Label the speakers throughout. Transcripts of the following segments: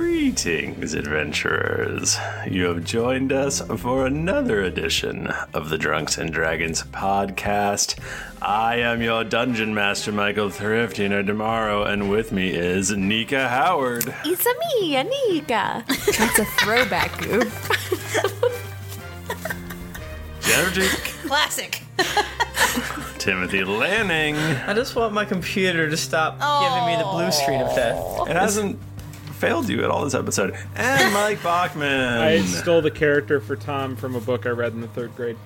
Speaker 1: Greetings, adventurers. You have joined us for another edition of the Drunks and Dragons podcast. I am your dungeon master, Michael Thriftina Damaro, and with me is Nika Howard.
Speaker 2: It's a me, Anika. That's a throwback goof.
Speaker 1: Jerrick,
Speaker 3: Classic.
Speaker 1: Timothy Lanning.
Speaker 4: I just want my computer to stop giving me the blue screen of death.
Speaker 1: It hasn't failed you at all this episode. And Mike Bachman.
Speaker 5: I stole the character for Tom from a book I read in the third grade.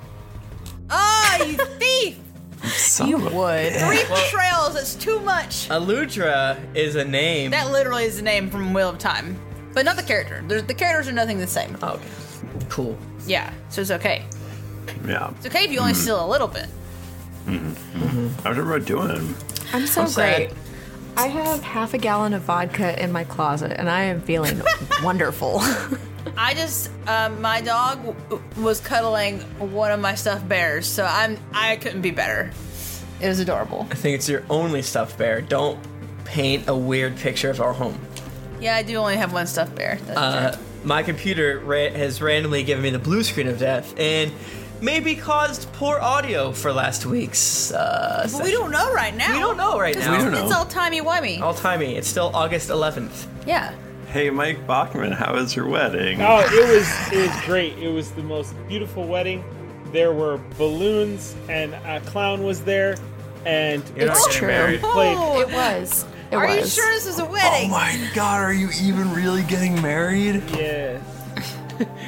Speaker 3: Ah, you thief!
Speaker 1: Son
Speaker 2: You
Speaker 1: of a-
Speaker 2: would.
Speaker 3: Three betrayals, it's too much.
Speaker 4: Aludra is a name.
Speaker 3: That literally is the name from Wheel of Time. But not the character. There's, the characters are nothing the same.
Speaker 4: oh, cool.
Speaker 3: Yeah, so it's okay.
Speaker 1: Yeah. Mm-hmm.
Speaker 3: It's okay if you only steal a little bit.
Speaker 1: How's everybody doing?
Speaker 2: I'm so
Speaker 4: I'm
Speaker 2: great.
Speaker 4: sad.
Speaker 2: I have half a gallon of vodka in my closet, and I am feeling wonderful.
Speaker 3: I just, um, my dog w- w- was cuddling one of my stuffed bears, so I'm, I couldn't be better. It was adorable.
Speaker 4: I think it's your only stuffed bear. Don't paint a weird picture of our home.
Speaker 3: Yeah, I do only have one stuffed bear. That's
Speaker 4: Uh, my computer ra- has randomly given me the blue screen of death and maybe caused poor audio for last week's. Uh,
Speaker 3: true. But we don't know right now.
Speaker 4: We don't know right now.
Speaker 1: We don't know.
Speaker 3: It's all Oh. timey-wimey.
Speaker 4: All timey. It's still August 11th.
Speaker 3: Yeah.
Speaker 1: Hey, Mike Bachman, how was your wedding?
Speaker 5: Oh, it was it was great. It was the most beautiful wedding. There were balloons and a clown was there, and
Speaker 4: You're not
Speaker 2: It's
Speaker 4: getting
Speaker 2: true.
Speaker 4: married.
Speaker 3: Oh,
Speaker 2: it was. It
Speaker 3: Are
Speaker 2: was.
Speaker 3: you sure this is a
Speaker 1: Oh
Speaker 3: wedding?
Speaker 1: my god, are you even really getting married?
Speaker 5: yeah.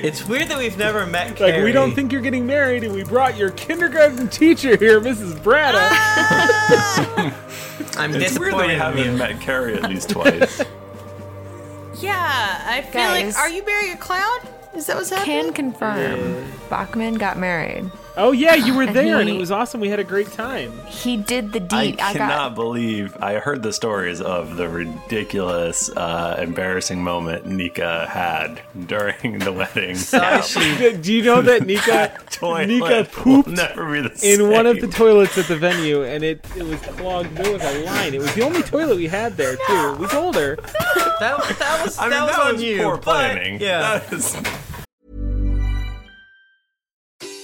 Speaker 4: It's weird that we've never met.
Speaker 5: Like
Speaker 4: Carrie.
Speaker 5: we don't think you're getting married, and we brought your kindergarten teacher here, Mrs.
Speaker 3: Ah!
Speaker 5: Brada.
Speaker 1: It's weird that
Speaker 4: I'm
Speaker 1: we
Speaker 4: disappointed in
Speaker 1: haven't
Speaker 4: you.
Speaker 1: met Carrie at least twice.
Speaker 3: Yeah, I feel
Speaker 2: Guys.
Speaker 3: like. Are you marrying a clown? Is that what's happening?
Speaker 2: Can confirm. Bachman got married.
Speaker 5: oh yeah, you were there, and it
Speaker 2: he-
Speaker 5: was awesome. We had a great time.
Speaker 2: He did the
Speaker 1: I
Speaker 2: deed. I,
Speaker 1: cannot
Speaker 2: got.
Speaker 1: believe I heard the stories of the ridiculous, uh, embarrassing moment Nika had during the wedding.
Speaker 4: Sashi,
Speaker 5: Do do you know that Nika
Speaker 1: Toilet will
Speaker 5: Nika pooped
Speaker 1: never be the
Speaker 5: in one of the
Speaker 1: same.
Speaker 5: toilets at the venue, and it, it was clogged. There was a line. It was the only toilet we had there too. We told her.
Speaker 4: that, that was
Speaker 1: I mean,
Speaker 4: that was on you.
Speaker 1: poor
Speaker 4: but-
Speaker 1: planning.
Speaker 4: yeah.
Speaker 1: That is-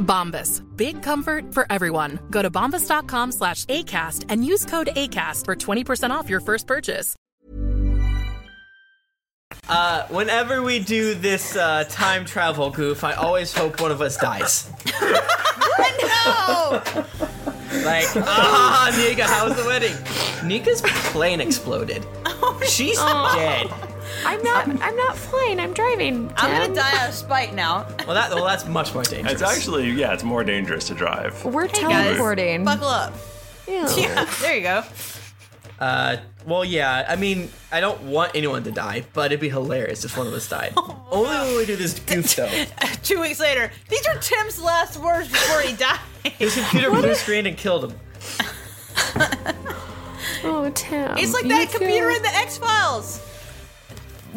Speaker 6: Bombas. Big comfort for everyone. Go to bombas.com slash ACAST and use code ACAST for 20% off your first purchase.
Speaker 4: Uh, whenever we do this uh, time travel goof, I always hope one of us dies.
Speaker 3: No!
Speaker 4: Like, ah, Nika, how was the wedding? Nika's plane exploded. She's dead.
Speaker 2: Oh. I'm not. I'm not flying. I'm driving.
Speaker 3: I'm gonna
Speaker 2: Tim.
Speaker 3: die of spite now.
Speaker 4: Well, that well, that's much more dangerous.
Speaker 1: It's actually yeah, it's more dangerous to drive.
Speaker 2: We're
Speaker 3: teleporting. Buckle up.
Speaker 2: Yeah,
Speaker 3: there you go.
Speaker 4: Uh, well, yeah. I mean, I don't want anyone to die, but it'd be hilarious if one of us died. Only when we do this goof though.
Speaker 3: Two weeks later, these are Tim's last words before he died.
Speaker 4: His computer blue screened and killed him.
Speaker 2: Oh, Tim.
Speaker 3: It's like
Speaker 4: you
Speaker 3: that computer
Speaker 4: feel-
Speaker 3: in the X Files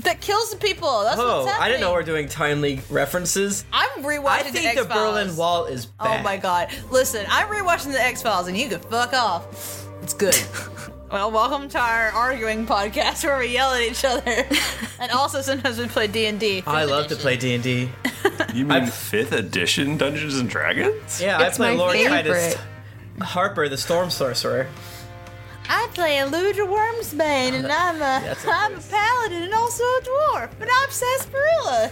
Speaker 3: that kills the people. That's
Speaker 4: oh,
Speaker 3: what's happening.
Speaker 4: I didn't know we're doing timely references.
Speaker 3: I'm rewatching
Speaker 4: I think the,
Speaker 3: X-Files.
Speaker 4: Berlin Wall is bad.
Speaker 3: Oh my god! Listen, I'm rewatching the X Files, and you can fuck off. It's good. well, welcome to our arguing podcast where we yell at each other, and also sometimes we play D and D.
Speaker 4: I love to play D and D.
Speaker 1: You mean fifth edition Dungeons and Dragons?
Speaker 4: Yeah, I play Lord Titus Harper, the Storm Sorcerer.
Speaker 3: I play Eludra Wormsbane, and I'm a
Speaker 4: that's
Speaker 3: I'm a paladin and also a dwarf, but I'm
Speaker 4: Oh
Speaker 3: sarsaparilla.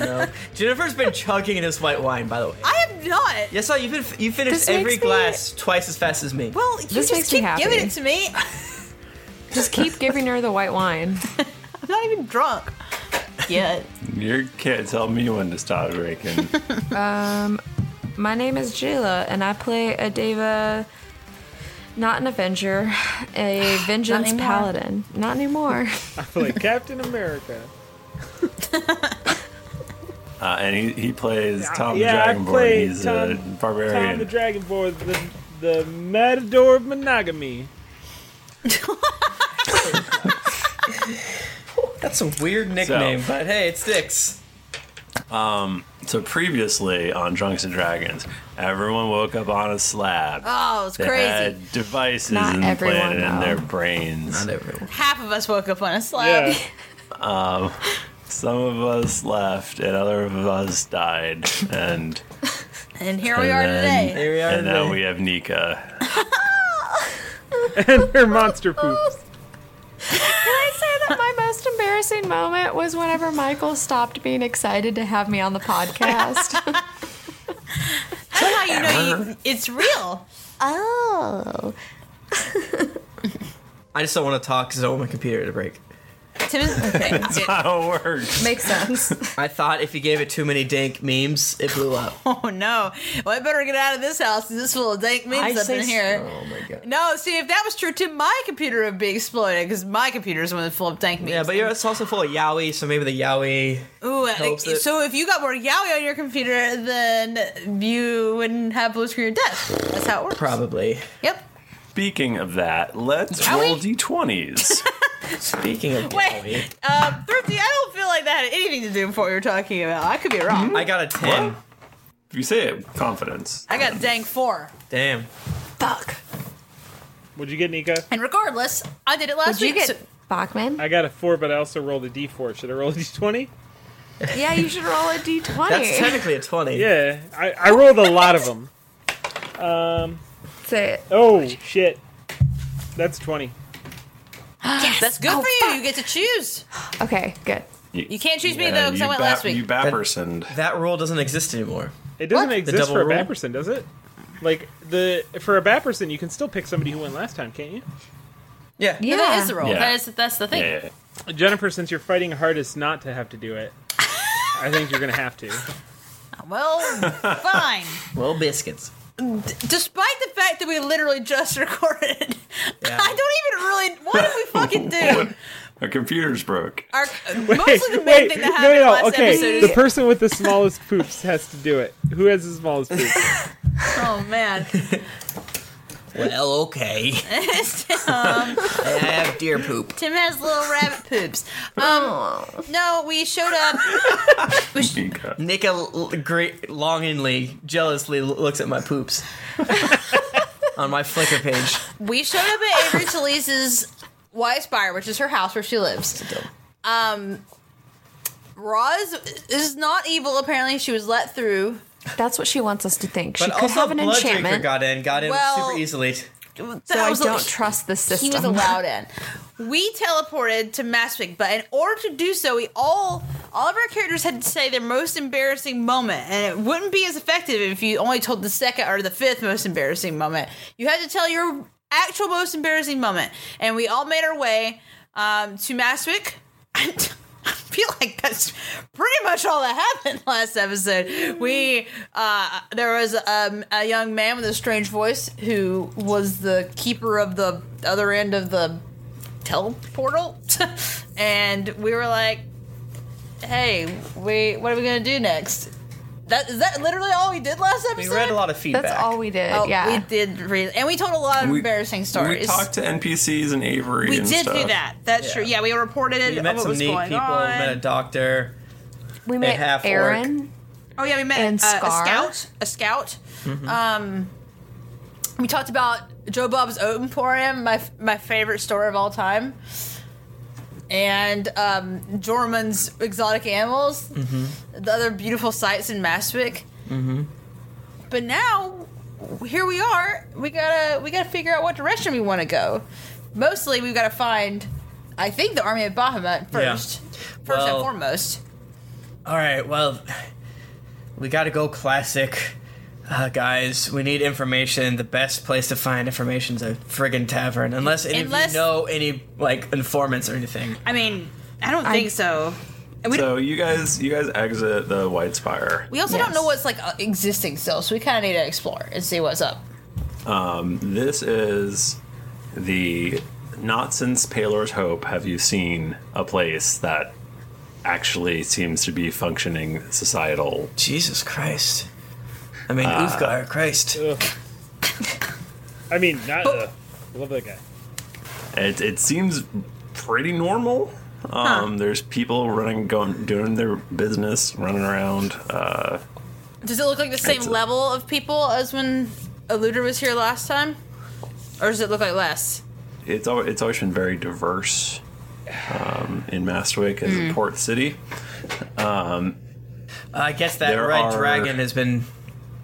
Speaker 4: no, Jennifer's been chugging this white wine, by the way.
Speaker 3: I am not.
Speaker 4: Yes, so you've been you
Speaker 3: This
Speaker 4: finished every
Speaker 3: makes me-
Speaker 4: glass twice as fast as me.
Speaker 3: Well, you
Speaker 2: This
Speaker 3: just
Speaker 2: makes me
Speaker 3: keep giving it
Speaker 2: happy.
Speaker 3: to me.
Speaker 2: Just keep giving her the white wine.
Speaker 3: I'm not even drunk yet.
Speaker 1: You can't tell me when to stop drinking.
Speaker 2: Um, my name is Jayla, and I play a Deva, not an Avenger, a Vengeance
Speaker 5: anymore.
Speaker 2: Paladin. Not anymore.
Speaker 5: I play Captain America.
Speaker 1: Uh, and he, he plays Tom
Speaker 5: yeah,
Speaker 1: the
Speaker 5: I
Speaker 1: Dragonborn.
Speaker 5: play
Speaker 1: He's a
Speaker 5: Tom, Tom the
Speaker 1: barbarian.
Speaker 5: Dragonborn, the, the matador of monogamy.
Speaker 4: That's a weird nickname, but hey, it sticks.
Speaker 1: um, so previously on Drunks and Dragons, everyone woke up on a slab.
Speaker 3: Oh, it's
Speaker 1: they
Speaker 3: crazy.
Speaker 1: Had devices
Speaker 3: Not everyone,
Speaker 1: implanted in their
Speaker 3: though.
Speaker 1: brains. Not
Speaker 4: everyone.
Speaker 3: Half of us woke up on a slab.
Speaker 1: Um, some of us left, and other of us died. And
Speaker 3: And here we are
Speaker 1: and then-
Speaker 3: today.
Speaker 1: and now we have Nika.
Speaker 5: and her monster poop.
Speaker 2: Can I say that my most embarrassing moment was whenever Michael stopped being excited to have me on the podcast?
Speaker 3: That's how you know you, it's real.
Speaker 4: Uh.
Speaker 2: Oh.
Speaker 4: I just don't want to talk because I want my computer to break.
Speaker 3: That's
Speaker 1: how it works.
Speaker 2: Makes sense.
Speaker 4: I thought if you gave it too many dank memes, it blew up.
Speaker 3: Oh no! Well, I better get out of this house. 'cause This full of dank
Speaker 4: I
Speaker 3: memes up
Speaker 4: say
Speaker 3: in
Speaker 4: s-
Speaker 3: here.
Speaker 4: Oh my god.
Speaker 3: No, see, if that was true, too, my computer would be exploded because my computer is the one that's full of dank memes.
Speaker 4: Yeah, but you're, it's also full of yaoi, so maybe the yaoi.
Speaker 3: Ooh, I-
Speaker 4: helps it.
Speaker 3: so if you got more yaoi on your computer, then you wouldn't have blue screen of death. That's how it works.
Speaker 4: Probably.
Speaker 3: Yep.
Speaker 1: Speaking of that, let's roll d20s.
Speaker 4: Speaking of
Speaker 3: Wait, um, Thrifty, I don't feel like that had anything to do with what you're talking about. I could be wrong.
Speaker 4: I got a 10.
Speaker 1: If you say it with confidence.
Speaker 3: I got dank four.
Speaker 4: Damn.
Speaker 3: Fuck.
Speaker 5: What'd you get, Nika?
Speaker 3: And regardless, I did it last week. so-
Speaker 2: Bachman?
Speaker 5: I got a four, but I also rolled a d4. Should I roll a d20?
Speaker 2: yeah, you should roll a d20.
Speaker 4: a 20.
Speaker 5: Yeah, I, I rolled a lot of them. Um,
Speaker 2: Say it.
Speaker 5: Oh, shit. That's 20.
Speaker 3: That's
Speaker 4: Oh,
Speaker 3: good for you. You get to choose.
Speaker 2: Okay, good.
Speaker 3: You can't choose me though because I went last week.
Speaker 1: Bappersoned.
Speaker 4: That, rule doesn't exist anymore.
Speaker 5: It doesn't
Speaker 4: The
Speaker 5: exist
Speaker 4: double
Speaker 5: for a
Speaker 4: rule?
Speaker 5: bad person, does it? Like the for a bad person, you can still pick somebody who went last time, can't you?
Speaker 4: Yeah,
Speaker 3: No, that is the rule. That is that's the thing.
Speaker 5: Jennifer, since you're fighting hardest not to have to do it, I think you're gonna have to.
Speaker 3: Well, fine.
Speaker 4: Well, biscuits.
Speaker 3: D- despite the fact that we literally just recorded, I don't even really. What did we fucking do?
Speaker 1: Our computer's broke.
Speaker 3: Our, mostly the main thing that happened last episode
Speaker 5: okay.
Speaker 3: is
Speaker 5: The person with the smallest poops has to do it. Who has the smallest poops?
Speaker 3: Oh man.
Speaker 4: Well, okay.
Speaker 3: It's Tim.
Speaker 4: I have deer poop.
Speaker 3: Tim has little rabbit poops. Um, no, we showed up.
Speaker 4: Nika l- great, longingly, jealously l- looks at my poops on my Flickr page.
Speaker 3: We showed up at Avery Talise's White Spire, which is her house where she lives. Um, Roz is not evil. Apparently, she was let through.
Speaker 2: That's what she wants us to think. she
Speaker 4: But
Speaker 2: could
Speaker 4: also,
Speaker 2: have an
Speaker 4: Blood Drinker
Speaker 2: enchantment.
Speaker 4: got in, got in
Speaker 3: Well-
Speaker 4: super easily.
Speaker 2: So I
Speaker 3: was-
Speaker 2: don't trust the
Speaker 3: He was
Speaker 2: system.
Speaker 3: allowed in. We teleported to Maspik, but in order to do so, we all all of our characters had to say their most embarrassing moment, and it wouldn't be as effective if you only told the second or the fifth most embarrassing moment. You had to tell your actual most embarrassing moment, and we all made our way um, to Maspik. I feel like that's pretty much all that happened last episode. We uh, there was um, a young man with a strange voice who was the keeper of the other end of the teleportal, and we were like, "Hey, we what are we gonna do next?" That is that literally all we did last
Speaker 4: We
Speaker 3: episode.
Speaker 4: read a lot of feedback.
Speaker 3: we
Speaker 2: did.
Speaker 3: Oh,
Speaker 2: yeah.
Speaker 3: we did read, and we told a lot of
Speaker 1: We-
Speaker 3: embarrassing
Speaker 1: We
Speaker 3: stories.
Speaker 1: talked to NPCs and Avery.
Speaker 3: We
Speaker 1: and
Speaker 3: did
Speaker 1: stuff.
Speaker 3: do that. That's true. Yeah, we reported it.
Speaker 4: We met
Speaker 3: what
Speaker 4: some
Speaker 3: was
Speaker 4: neat
Speaker 3: going
Speaker 4: people.
Speaker 3: on.
Speaker 4: We met a doctor.
Speaker 2: We
Speaker 4: A
Speaker 2: met
Speaker 4: half-orc.
Speaker 2: Aaron.
Speaker 3: Oh yeah, we met
Speaker 2: And
Speaker 3: uh,
Speaker 2: Scar.
Speaker 3: a scout. A scout.
Speaker 4: Mm-hmm.
Speaker 3: Um, we talked about Joe Bob's Oat Emporium, my my favorite store of all time, and um, Jorman's exotic animals,
Speaker 4: Mm.
Speaker 3: the other beautiful sights in Mastwick.
Speaker 4: Mm-hmm.
Speaker 3: But now, here we are. We gotta we gotta figure out what direction we want to go. Mostly, we've got to find. I think the army of Bahamut
Speaker 4: Yeah.
Speaker 3: first. First
Speaker 4: Well-
Speaker 3: and foremost.
Speaker 4: All right. Well, we got to go classic, uh, guys. We need information. The best place to find information is a friggin' tavern, unless any of
Speaker 3: Unless-
Speaker 4: you know any like informants or anything.
Speaker 3: I mean, I don't think so. We
Speaker 1: So you guys, you guys exit the White Spire.
Speaker 3: We also don't know what's like uh, existing still, so we kind of need to explore and see what's up.
Speaker 1: Um, this is the not since Palor's Hope have you seen a place that actually seems to be functioning societal.
Speaker 4: Jesus Christ! I mean,
Speaker 1: Uh,
Speaker 4: Ulfgar, Christ.
Speaker 5: I mean, not. Uh, I love that guy.
Speaker 1: It, it seems pretty normal. Um, There's people running, going, doing their business, running around. Uh,
Speaker 3: Does it look like the same
Speaker 1: It's a-
Speaker 3: level of people as when Eluder was here last time, or does it look like less?
Speaker 1: it's always, it's always been very diverse um, in Mastwick as a
Speaker 4: Mm.
Speaker 1: port city. Um,
Speaker 4: I guess that
Speaker 1: There
Speaker 4: red
Speaker 1: are-
Speaker 4: dragon has been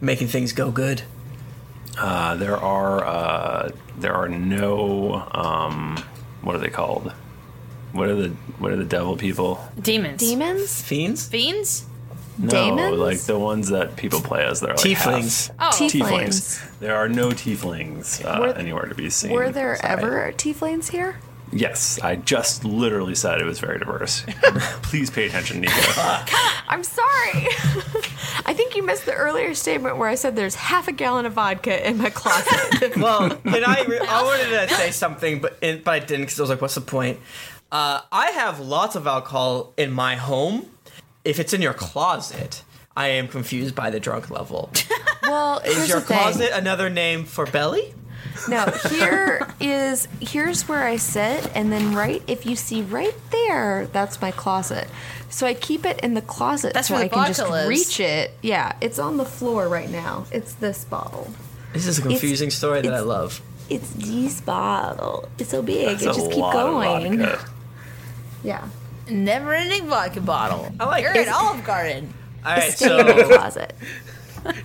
Speaker 4: making things go good.
Speaker 1: Uh, there are uh, there are no um, what are they called? What are the what are the devil people?
Speaker 3: Demons.
Speaker 2: Demons?
Speaker 4: Fiends?
Speaker 3: Fiends?
Speaker 1: No,
Speaker 2: Daemons?
Speaker 1: like the ones that people play as. They're like
Speaker 2: Tieflings.
Speaker 1: half-
Speaker 2: Oh.
Speaker 1: tieflings. There are no tieflings uh,
Speaker 2: Were-
Speaker 1: anywhere to be seen.
Speaker 2: Were there ever tieflings here?
Speaker 1: Yes, I just literally said it was very diverse. Please pay attention, Nico.
Speaker 2: I'm sorry. I think you missed the earlier statement where I said there's half a gallon of vodka in my closet.
Speaker 3: Oh.
Speaker 4: well, and I, re- I wanted to say something, but and, but I didn't because I was like, "What's the point?" Uh, I have lots of alcohol in my home. If it's in your closet, I am confused by the drunk level.
Speaker 2: well,
Speaker 4: Is
Speaker 2: here's
Speaker 4: your
Speaker 2: the thing.
Speaker 4: closet another name for belly?
Speaker 2: No, here is here's where I sit, and then right if you see right there, that's my closet. So I keep it in the closet
Speaker 3: That's
Speaker 2: so
Speaker 3: where the
Speaker 2: I can just
Speaker 3: bottle is.
Speaker 2: reach it. Yeah, it's on the floor right now. It's this bottle.
Speaker 4: This is a
Speaker 2: It's-
Speaker 4: confusing story that I love.
Speaker 2: It's this bottle. It's so big.
Speaker 4: That's
Speaker 2: it
Speaker 4: a
Speaker 2: just keep
Speaker 4: lot of
Speaker 2: going.
Speaker 4: vodka.
Speaker 2: Yeah.
Speaker 3: Never ending vodka bottle. I
Speaker 4: like
Speaker 3: You're
Speaker 4: this.
Speaker 3: in Olive Garden.
Speaker 4: All right,
Speaker 2: Stay
Speaker 4: so
Speaker 2: in the closet.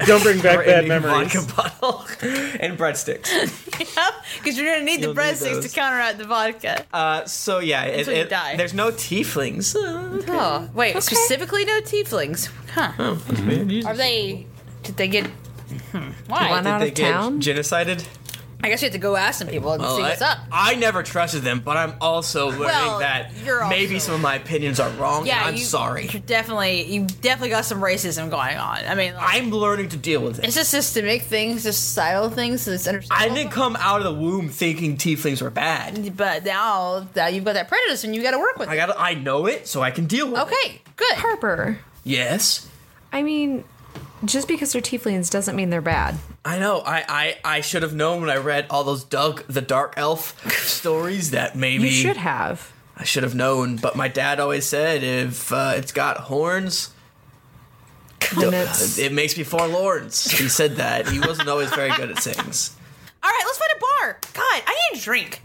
Speaker 5: Don't bring back bad memories.
Speaker 4: Vodka bottle and breadsticks.
Speaker 3: Because you're gonna need
Speaker 4: You'll
Speaker 3: the
Speaker 4: need
Speaker 3: breadsticks to
Speaker 4: those.
Speaker 3: counteract the vodka.
Speaker 4: Uh, so yeah, it,
Speaker 3: Until you
Speaker 4: it-
Speaker 3: die.
Speaker 4: there's no tieflings.
Speaker 3: Oh, wait, specifically no tieflings. Huh. Are they did they get hmm, why?
Speaker 4: Oh. Did they get genocided?
Speaker 3: I guess you have to go ask some people and
Speaker 4: Well,
Speaker 3: see
Speaker 4: I,
Speaker 3: what's up.
Speaker 4: I never trusted them, but I'm also learning
Speaker 3: Well,
Speaker 4: that
Speaker 3: you're
Speaker 4: maybe some of my opinions are wrong.
Speaker 3: Yeah,
Speaker 4: and I'm
Speaker 3: you-
Speaker 4: sorry.
Speaker 3: You definitely, you definitely got some racism going on. I mean,
Speaker 4: I'm learning to deal with it.
Speaker 3: it's a systemic thing, it's a societal thing, so it's
Speaker 4: I
Speaker 3: understandable.
Speaker 4: didn't come out of the womb thinking tieflings were bad.
Speaker 3: But now that you've got that prejudice, and you got to work with
Speaker 4: I got I know it, so I can deal with
Speaker 3: it. Okay, good.
Speaker 2: Harper.
Speaker 4: it. Yes.
Speaker 2: I mean, just because they're tieflings doesn't mean they're bad.
Speaker 4: I know. I, I, I should have known when I read all those Doug the Dark Elf stories that maybe
Speaker 2: You should have.
Speaker 4: I should have known. But my dad always said if uh, it's got horns,
Speaker 2: And
Speaker 4: uh,
Speaker 2: it's-
Speaker 4: it makes me forlorns. He said that. He wasn't always very good at things.
Speaker 3: All right, let's find a bar. God, I need a drink.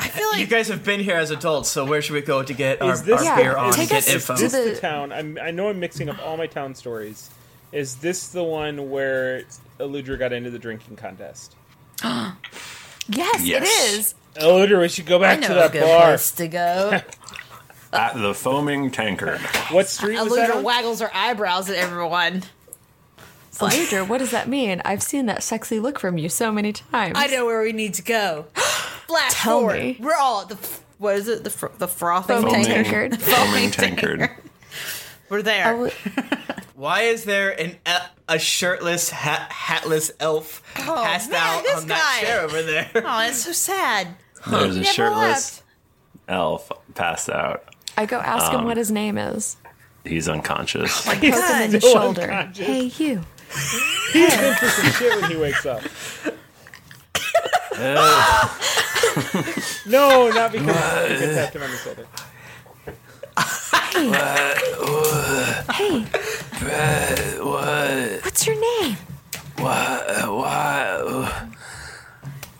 Speaker 3: I feel like
Speaker 4: You guys have been here as adults, so where should we go to get our,
Speaker 5: Is this
Speaker 4: our
Speaker 5: Yeah,
Speaker 4: beer on?
Speaker 5: take
Speaker 4: get
Speaker 5: us
Speaker 4: info.
Speaker 5: Is this the town? I'm, I know I'm mixing up all my town stories. Is this the one where Eludra got into the drinking contest?
Speaker 2: yes,
Speaker 1: Yes.
Speaker 2: it is.
Speaker 5: Eludra, we should go
Speaker 3: I
Speaker 5: back
Speaker 3: know
Speaker 5: to
Speaker 3: a
Speaker 5: that
Speaker 3: good
Speaker 5: bar.
Speaker 3: place to go.
Speaker 4: Uh,
Speaker 1: At the foaming tankard.
Speaker 5: What street was that?
Speaker 3: Aludra
Speaker 5: on?
Speaker 3: waggles her eyebrows at everyone.
Speaker 2: Aludra, what does that mean? I've seen that sexy look from you so many times.
Speaker 3: I know where we need to go. Flash
Speaker 2: Tell
Speaker 3: forward.
Speaker 2: me.
Speaker 3: We're all at the f- what is it? The fr- the frothing
Speaker 2: Foaming
Speaker 3: tankard.
Speaker 2: tankard.
Speaker 1: Foaming
Speaker 3: Foaming
Speaker 1: tankard.
Speaker 3: We're there.
Speaker 4: Why is there an a shirtless, ha- hatless elf passed
Speaker 3: man,
Speaker 4: out
Speaker 3: this
Speaker 4: on that
Speaker 3: guy.
Speaker 4: chair over there?
Speaker 3: oh, it's so sad.
Speaker 1: There's
Speaker 3: He
Speaker 1: a
Speaker 3: never
Speaker 1: shirtless
Speaker 3: left.
Speaker 1: elf passed out.
Speaker 2: I go ask
Speaker 1: Um.
Speaker 2: him what his name is.
Speaker 1: He's unconscious.
Speaker 2: I poke him in the
Speaker 5: so
Speaker 2: shoulder.
Speaker 5: unconscious.
Speaker 2: Hey, you.
Speaker 5: He's in for some shit when he wakes up. No, not because he tapped him on the shoulder.
Speaker 2: Hey,
Speaker 1: what?
Speaker 2: what's your name?
Speaker 1: What? What?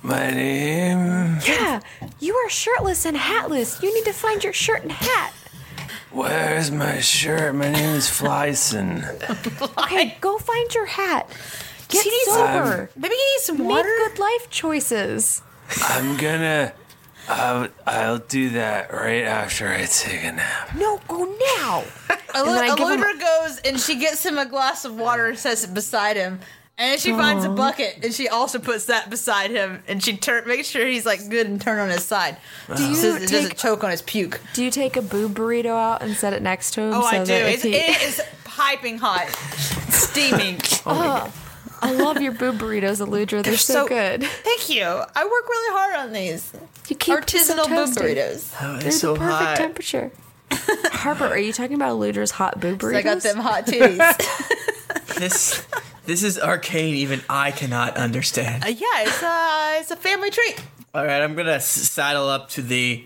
Speaker 1: My name?
Speaker 2: Yeah, you are shirtless and hatless. You need to find your shirt and hat.
Speaker 1: Where's my shirt? My name is Flyson.
Speaker 2: Okay, go find your hat. Get
Speaker 3: She needs
Speaker 2: sober.
Speaker 3: Maybe he needs some
Speaker 2: Make
Speaker 3: water.
Speaker 2: good life choices.
Speaker 1: I'm gonna. I'll, I'll do that right after I take a nap.
Speaker 2: No, go Oh, now.
Speaker 3: Alu-
Speaker 2: And then I give him-
Speaker 3: Aludra goes and she gets him a glass of water and sets it beside him. And then she finds a bucket and she also puts that beside him. And she turn makes sure he's like good and turned on his side. Do
Speaker 2: you
Speaker 3: so it doesn't
Speaker 2: take-
Speaker 3: choke on his puke.
Speaker 2: Do you take a boob burrito out and set it next to him?
Speaker 3: Oh,
Speaker 2: so
Speaker 3: I do.
Speaker 2: That
Speaker 3: It's,
Speaker 2: if he,
Speaker 3: It is piping hot, steaming.
Speaker 2: Oh, I love your boob burritos, Aludra. They're, so, good.
Speaker 3: Thank you. I work really hard on these
Speaker 2: You keep
Speaker 3: artisanal boob burritos.
Speaker 2: They're the perfect temperature. Harper, are you talking about Aludra's hot boob burritos?
Speaker 3: I got them hot titties.
Speaker 4: This, this is arcane. Even I cannot understand.
Speaker 3: yeah, it's uh, it's a family treat.
Speaker 4: All right, I'm gonna s- saddle up to the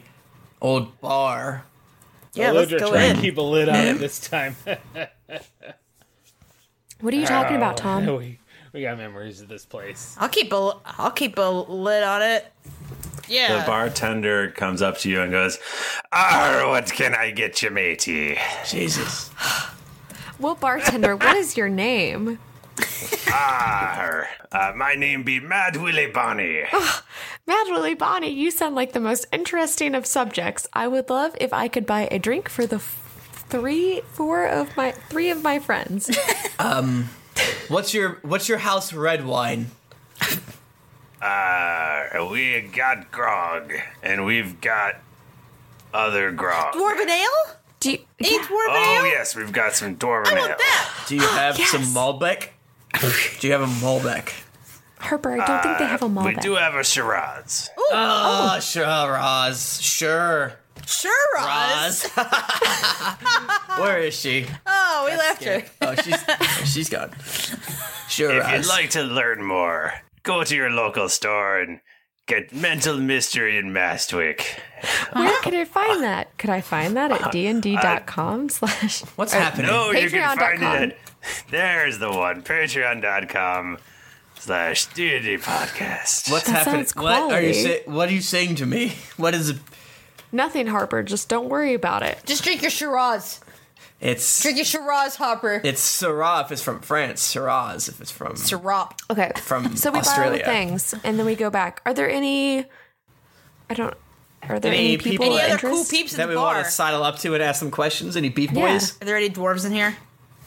Speaker 4: old bar.
Speaker 3: Yeah, let's
Speaker 5: Alodra
Speaker 3: go
Speaker 5: trying to
Speaker 3: in.
Speaker 5: keep a lid on it this time.
Speaker 2: What are you talking
Speaker 4: Oh,
Speaker 2: about, Tom?
Speaker 5: we, we got memories of this place.
Speaker 3: I'll keep a I'll keep a lid on it. Yeah.
Speaker 1: The bartender comes up to you and goes, "Ah, what can I get you, matey?
Speaker 4: Jesus.
Speaker 2: Well, bartender, what is your name?
Speaker 1: Arr, uh, my name be Mad Willie Bonnie.
Speaker 2: Mad Willie Bonnie, you sound like the most interesting of subjects. I would love if I could buy a drink for the f- three, four of my three of my friends.
Speaker 4: Um, What's your What's your house red wine?
Speaker 1: Arr, we got grog, and we've got other grog.
Speaker 3: Dwarven ale?
Speaker 2: Do you,
Speaker 3: Eat
Speaker 2: yeah.
Speaker 3: dwarven
Speaker 1: Oh
Speaker 3: ale?
Speaker 1: yes, we've got some dwarven
Speaker 3: I
Speaker 1: ale.
Speaker 3: want that. Oh,
Speaker 4: Do you have
Speaker 2: yes.
Speaker 4: some Malbec? Do you have a Malbec?
Speaker 2: Harper, I don't think they have a
Speaker 1: We
Speaker 2: Malbec.
Speaker 1: do have a Shiraz.
Speaker 4: Oh, sure, Roz. Sure,
Speaker 3: Sure, Roz.
Speaker 4: Roz. Where is she?
Speaker 3: Oh, we left her.
Speaker 4: Oh, she's she's gone. Sure,
Speaker 1: If you'd
Speaker 4: Roz.
Speaker 1: like to learn more, go to your local store and get Mental Mystery in Mastwick.
Speaker 2: Where could I find that? Could I find that at dnd.com slash
Speaker 4: Uh, What's happening?
Speaker 1: Uh, No, you can find
Speaker 2: Patreon.com.
Speaker 1: it. at- There's the one. Patreon.com slash D&D podcast.
Speaker 4: What's
Speaker 2: That
Speaker 4: happening?
Speaker 2: sounds
Speaker 4: What are you
Speaker 2: quality.
Speaker 4: say- What are you saying to me? What is it?
Speaker 2: Nothing, Harper. Just don't worry about it.
Speaker 3: Just drink your Shiraz.
Speaker 4: It's
Speaker 3: Drink your Shiraz, Hopper.
Speaker 4: it's Syrah if it's from France. Shiraz if it's from
Speaker 3: Syrah.
Speaker 2: Okay.
Speaker 4: From
Speaker 2: so we buy all
Speaker 4: Australia.
Speaker 2: the things and then we go back. Are there any? I don't. Are there
Speaker 4: Any
Speaker 2: any, people,
Speaker 4: people
Speaker 2: of
Speaker 3: Any
Speaker 4: that-
Speaker 3: other cool
Speaker 2: interest?
Speaker 3: peeps at
Speaker 4: Then
Speaker 3: the
Speaker 4: we
Speaker 3: bar?
Speaker 4: want to sidle up to it, ask them questions. Any beef
Speaker 2: Yeah.
Speaker 4: boys?
Speaker 3: Are there any dwarves in here?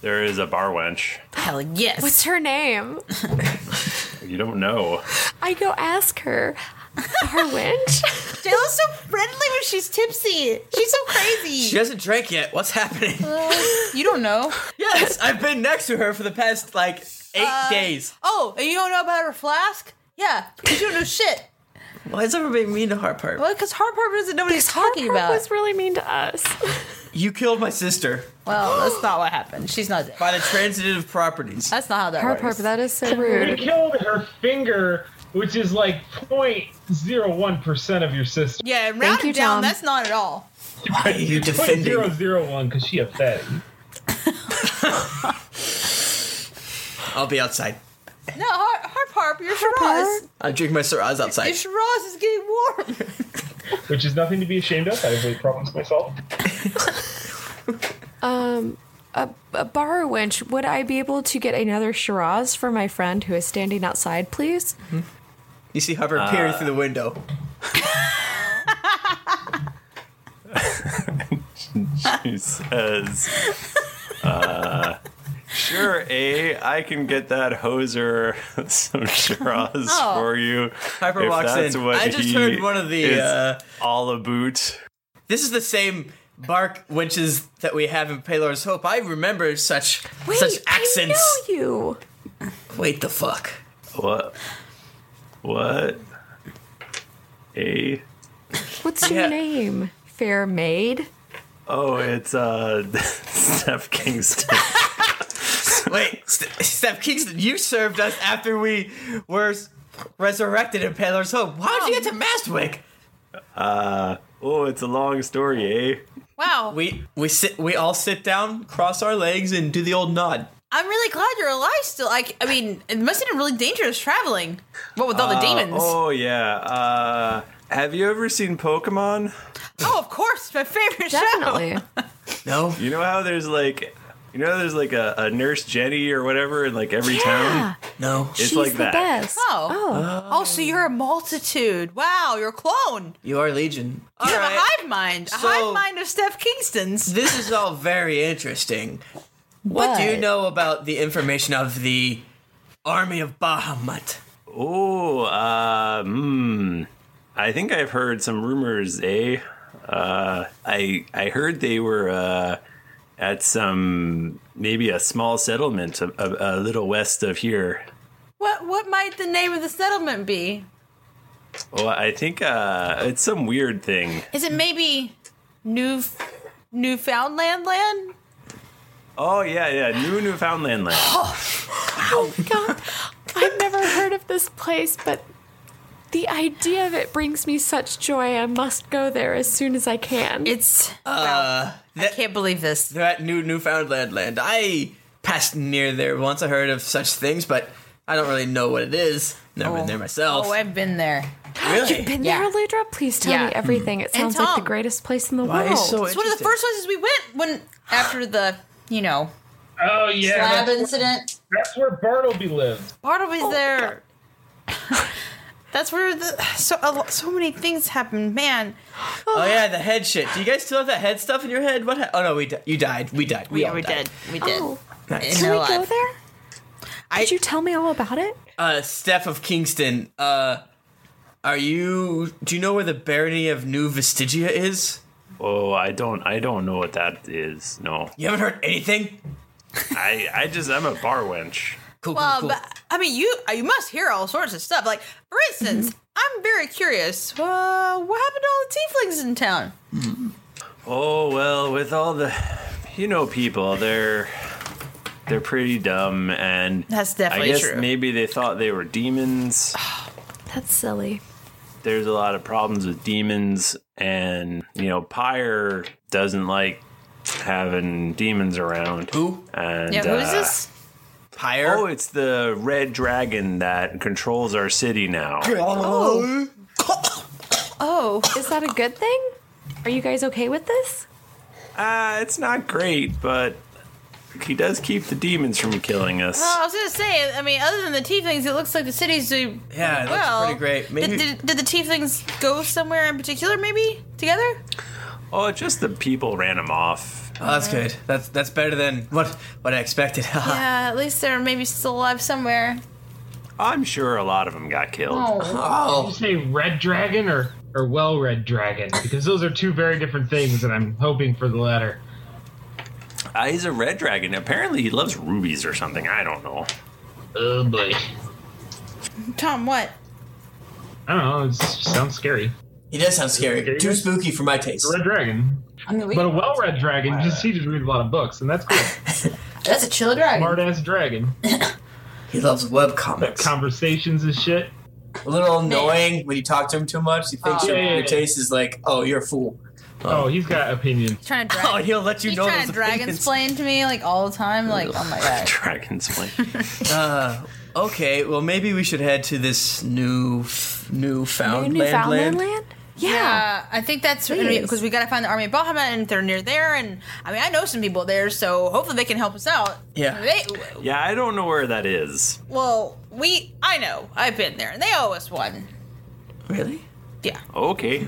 Speaker 1: There is a bar wench.
Speaker 3: Hell yes.
Speaker 2: What's her name?
Speaker 1: You don't know.
Speaker 2: I go ask her. Her wench.
Speaker 3: Jayla's so friendly when she's tipsy. She's so
Speaker 4: She
Speaker 3: crazy. Uh,
Speaker 4: hasn't drank yet. What's happening?
Speaker 3: you don't know.
Speaker 4: yes, I've been next to her for the past like eight
Speaker 2: Uh,
Speaker 4: days.
Speaker 3: Oh, and you don't know about her flask? Yeah, because you don't know shit.
Speaker 4: Why is everybody mean to Harper?
Speaker 3: Well, because Harper doesn't know what he's talking
Speaker 2: Harper
Speaker 3: about.
Speaker 2: was really mean to us.
Speaker 4: You killed my sister
Speaker 3: Well, that's not what happened. She's not dead.
Speaker 4: by the transitive properties.
Speaker 3: That's not how that
Speaker 2: Harper,
Speaker 3: works.
Speaker 2: that is so
Speaker 5: We
Speaker 2: rude.
Speaker 5: killed her finger, which is like 0.01% of your system.
Speaker 3: Yeah, round
Speaker 2: Thank
Speaker 3: it
Speaker 2: you,
Speaker 3: down.
Speaker 2: Tom.
Speaker 3: That's not at all.
Speaker 4: Why are you defending?
Speaker 5: 0.001 because she a fed.
Speaker 4: I'll be outside.
Speaker 3: No, Har- Harp, Harp, your Shiraz.
Speaker 4: I'm drinking my Syrahs outside.
Speaker 3: Your Shiraz is getting warm.
Speaker 5: Which is nothing to be ashamed of. I avoid problems myself.
Speaker 2: Um, A bar wench. Would I be able to get another Shiraz for my friend who is standing outside, please?
Speaker 4: You see Harper peering through the window.
Speaker 1: She says, uh, sure, A, I can get that hoser some straws
Speaker 4: Oh.
Speaker 1: for you.
Speaker 4: Hyper
Speaker 1: if
Speaker 4: walks
Speaker 1: that's
Speaker 4: in.
Speaker 1: what
Speaker 4: I just
Speaker 1: he
Speaker 4: heard one of the,
Speaker 1: is
Speaker 4: uh,
Speaker 1: all about.
Speaker 4: This is the same bark winches that we have in Paylor's Hope. I remember such such accents.
Speaker 2: you.
Speaker 4: Wait the fuck.
Speaker 1: What? What? A?
Speaker 4: Mm-hmm.
Speaker 2: What's your name, fair maid?
Speaker 1: Oh, it's uh, Steph Kingston.
Speaker 4: Wait, St- Steph Kingston, you served us after we were s- resurrected in Paylor's Hope. How did you get to Mastwick?
Speaker 1: Uh, oh, it's a long story, eh?
Speaker 3: Wow.
Speaker 4: We we sit we all sit down, cross our legs, and do the old nod.
Speaker 3: I'm really glad you're alive still. Like, I mean, it must have been really dangerous traveling. What with all the
Speaker 1: Uh,
Speaker 3: demons? Oh.
Speaker 1: Oh yeah. Uh, have you ever seen Pokemon?
Speaker 3: Oh, of course, my favorite show.
Speaker 4: No.
Speaker 1: You know how there's like, you know, how there's like a, a nurse Jenny or whatever in like every town.
Speaker 4: No,
Speaker 1: it's like that.
Speaker 3: Oh. oh, so you're a multitude. Wow, you're a clone.
Speaker 4: You are Legion.
Speaker 3: You have a hive mind. a
Speaker 4: So-
Speaker 3: hive mind of Steph Kingston's.
Speaker 4: This is all very interesting. What? do you
Speaker 3: But-
Speaker 4: know about the information of the army of Bahamut?
Speaker 1: Oh, uh, hmm. I think I've heard some rumors, eh? Uh, I I heard they were uh, at some maybe a small settlement a, a, a little west of here.
Speaker 3: What what might the name of the settlement be?
Speaker 1: Well, I think uh, it's some weird thing.
Speaker 3: Is it maybe New Newfoundland land?
Speaker 1: Oh yeah, yeah, New Newfoundland land.
Speaker 2: Oh my god. I've never heard of this place, but the idea of it brings me such joy. I must go there as soon as I can.
Speaker 3: It's
Speaker 4: Uh, I
Speaker 3: can't believe this.
Speaker 4: They're at New Newfoundland land. I passed near there once. I heard of such things, but I don't really know what it is. Never been there myself.
Speaker 3: Oh, I've been there.
Speaker 4: Really?
Speaker 2: You've been there, Ludra? Please tell me
Speaker 3: Yeah.
Speaker 2: everything. It
Speaker 3: And
Speaker 2: sounds like the
Speaker 3: Tom.
Speaker 2: greatest place in the
Speaker 4: Why
Speaker 2: world.
Speaker 4: is so
Speaker 3: It's one of the first places we went when after the you know
Speaker 5: Oh yeah,
Speaker 3: slab
Speaker 5: that's,
Speaker 3: incident.
Speaker 5: that's where Bartleby lived.
Speaker 3: Bartleby's
Speaker 2: Oh,
Speaker 3: there. That's where the so a, lo- so many things happen, man.
Speaker 4: Oh yeah, the head shit. Do you guys still have that head stuff in your head? What? Ha- oh no, we di- you died. We died. We
Speaker 3: We
Speaker 4: all
Speaker 3: we
Speaker 4: died.
Speaker 3: did, we did.
Speaker 2: Oh.
Speaker 4: Nice.
Speaker 3: And
Speaker 2: Can we
Speaker 3: they're
Speaker 2: go
Speaker 3: alive.
Speaker 2: there? Could you tell me all about it?
Speaker 4: Uh, Steph of Kingston. Uh, are you? Do you know where the barony of New Vestigia is?
Speaker 1: Oh, I don't, I don't know what that is. No,
Speaker 4: You haven't heard anything?
Speaker 1: I, I just, I'm a bar wench.
Speaker 4: Cool,
Speaker 3: Well,
Speaker 4: cool, cool.
Speaker 3: but I mean, you you must hear all sorts of stuff. Like, for instance,
Speaker 4: Mm-hmm.
Speaker 3: I'm very curious. Uh, what happened to all the tieflings in town?
Speaker 1: Oh well, with all the, you know, people, they're, they're pretty dumb, and
Speaker 3: That's definitely
Speaker 1: I guess
Speaker 3: true.
Speaker 1: Maybe they thought they were demons.
Speaker 2: That's silly.
Speaker 1: There's a lot of problems with demons, and you know, Pyre doesn't like having demons around.
Speaker 4: Who?
Speaker 1: And
Speaker 3: Yeah, who's
Speaker 1: uh,
Speaker 3: this?
Speaker 4: Pyre.
Speaker 1: Oh, it's the red dragon that controls our city now.
Speaker 4: Oh.
Speaker 3: Oh,
Speaker 2: Is that a good thing? Are you guys okay with this?
Speaker 1: Uh, it's not great, but he does keep the demons from killing us.
Speaker 3: well, I was gonna say. I mean, other than the tieflings, it looks like the city's doing
Speaker 4: Yeah, it looks
Speaker 3: well.
Speaker 4: pretty great. Maybe-
Speaker 3: Did, did, did the tieflings go somewhere in particular? Maybe together.
Speaker 1: Oh, just the people ran him off.
Speaker 4: Oh, that's good. That's that's better than what what I expected. Haha.
Speaker 3: Yeah, at least they're maybe still alive somewhere.
Speaker 1: I'm sure a lot of them got killed.
Speaker 4: oh,
Speaker 5: Did you say red dragon or or well red dragon? Because those are two very different things, and I'm hoping for the latter.
Speaker 1: Uh, he's a red dragon. Apparently, he loves rubies or something. I don't know.
Speaker 5: Oh boy,
Speaker 3: Tom, what?
Speaker 5: I don't know. It sounds scary.
Speaker 4: he does sound scary. Too spooky for my taste.
Speaker 5: Red dragon,
Speaker 7: I mean, we,
Speaker 5: but a well read dragon. Just he just reads a lot of books, and that's cool.
Speaker 7: that's a chill dragon.
Speaker 5: Smart ass dragon.
Speaker 4: He loves web comics.
Speaker 5: Conversations and shit.
Speaker 4: a little annoying when you talk to him too much. He thinks
Speaker 5: Oh.
Speaker 4: your,
Speaker 5: Yeah, yeah,
Speaker 4: your
Speaker 5: yeah.
Speaker 4: taste is like, oh, you're a fool.
Speaker 5: Oh, he's got opinions.
Speaker 3: Trying to drag.
Speaker 4: Oh, he'll let you
Speaker 3: He's
Speaker 4: know.
Speaker 3: trying
Speaker 4: those
Speaker 3: to dragon
Speaker 4: opinions.
Speaker 3: explain to me like all the time. Like, oh my god.
Speaker 1: Dragon's flame.
Speaker 4: Uh, Okay, well maybe we should head to this new new found
Speaker 2: New
Speaker 4: land, land.
Speaker 2: Newfoundland land? Yeah.
Speaker 3: Yeah, I think that's
Speaker 2: Please.
Speaker 3: because we got to find the army of Bahamut, and they're near there. And I mean, I know some people there, so hopefully they can help us out.
Speaker 4: Yeah.
Speaker 3: They,
Speaker 1: yeah, I don't know where that is.
Speaker 3: well, we, I know, I've been there, and they owe us one.
Speaker 4: Really?
Speaker 3: Yeah.
Speaker 1: Okay.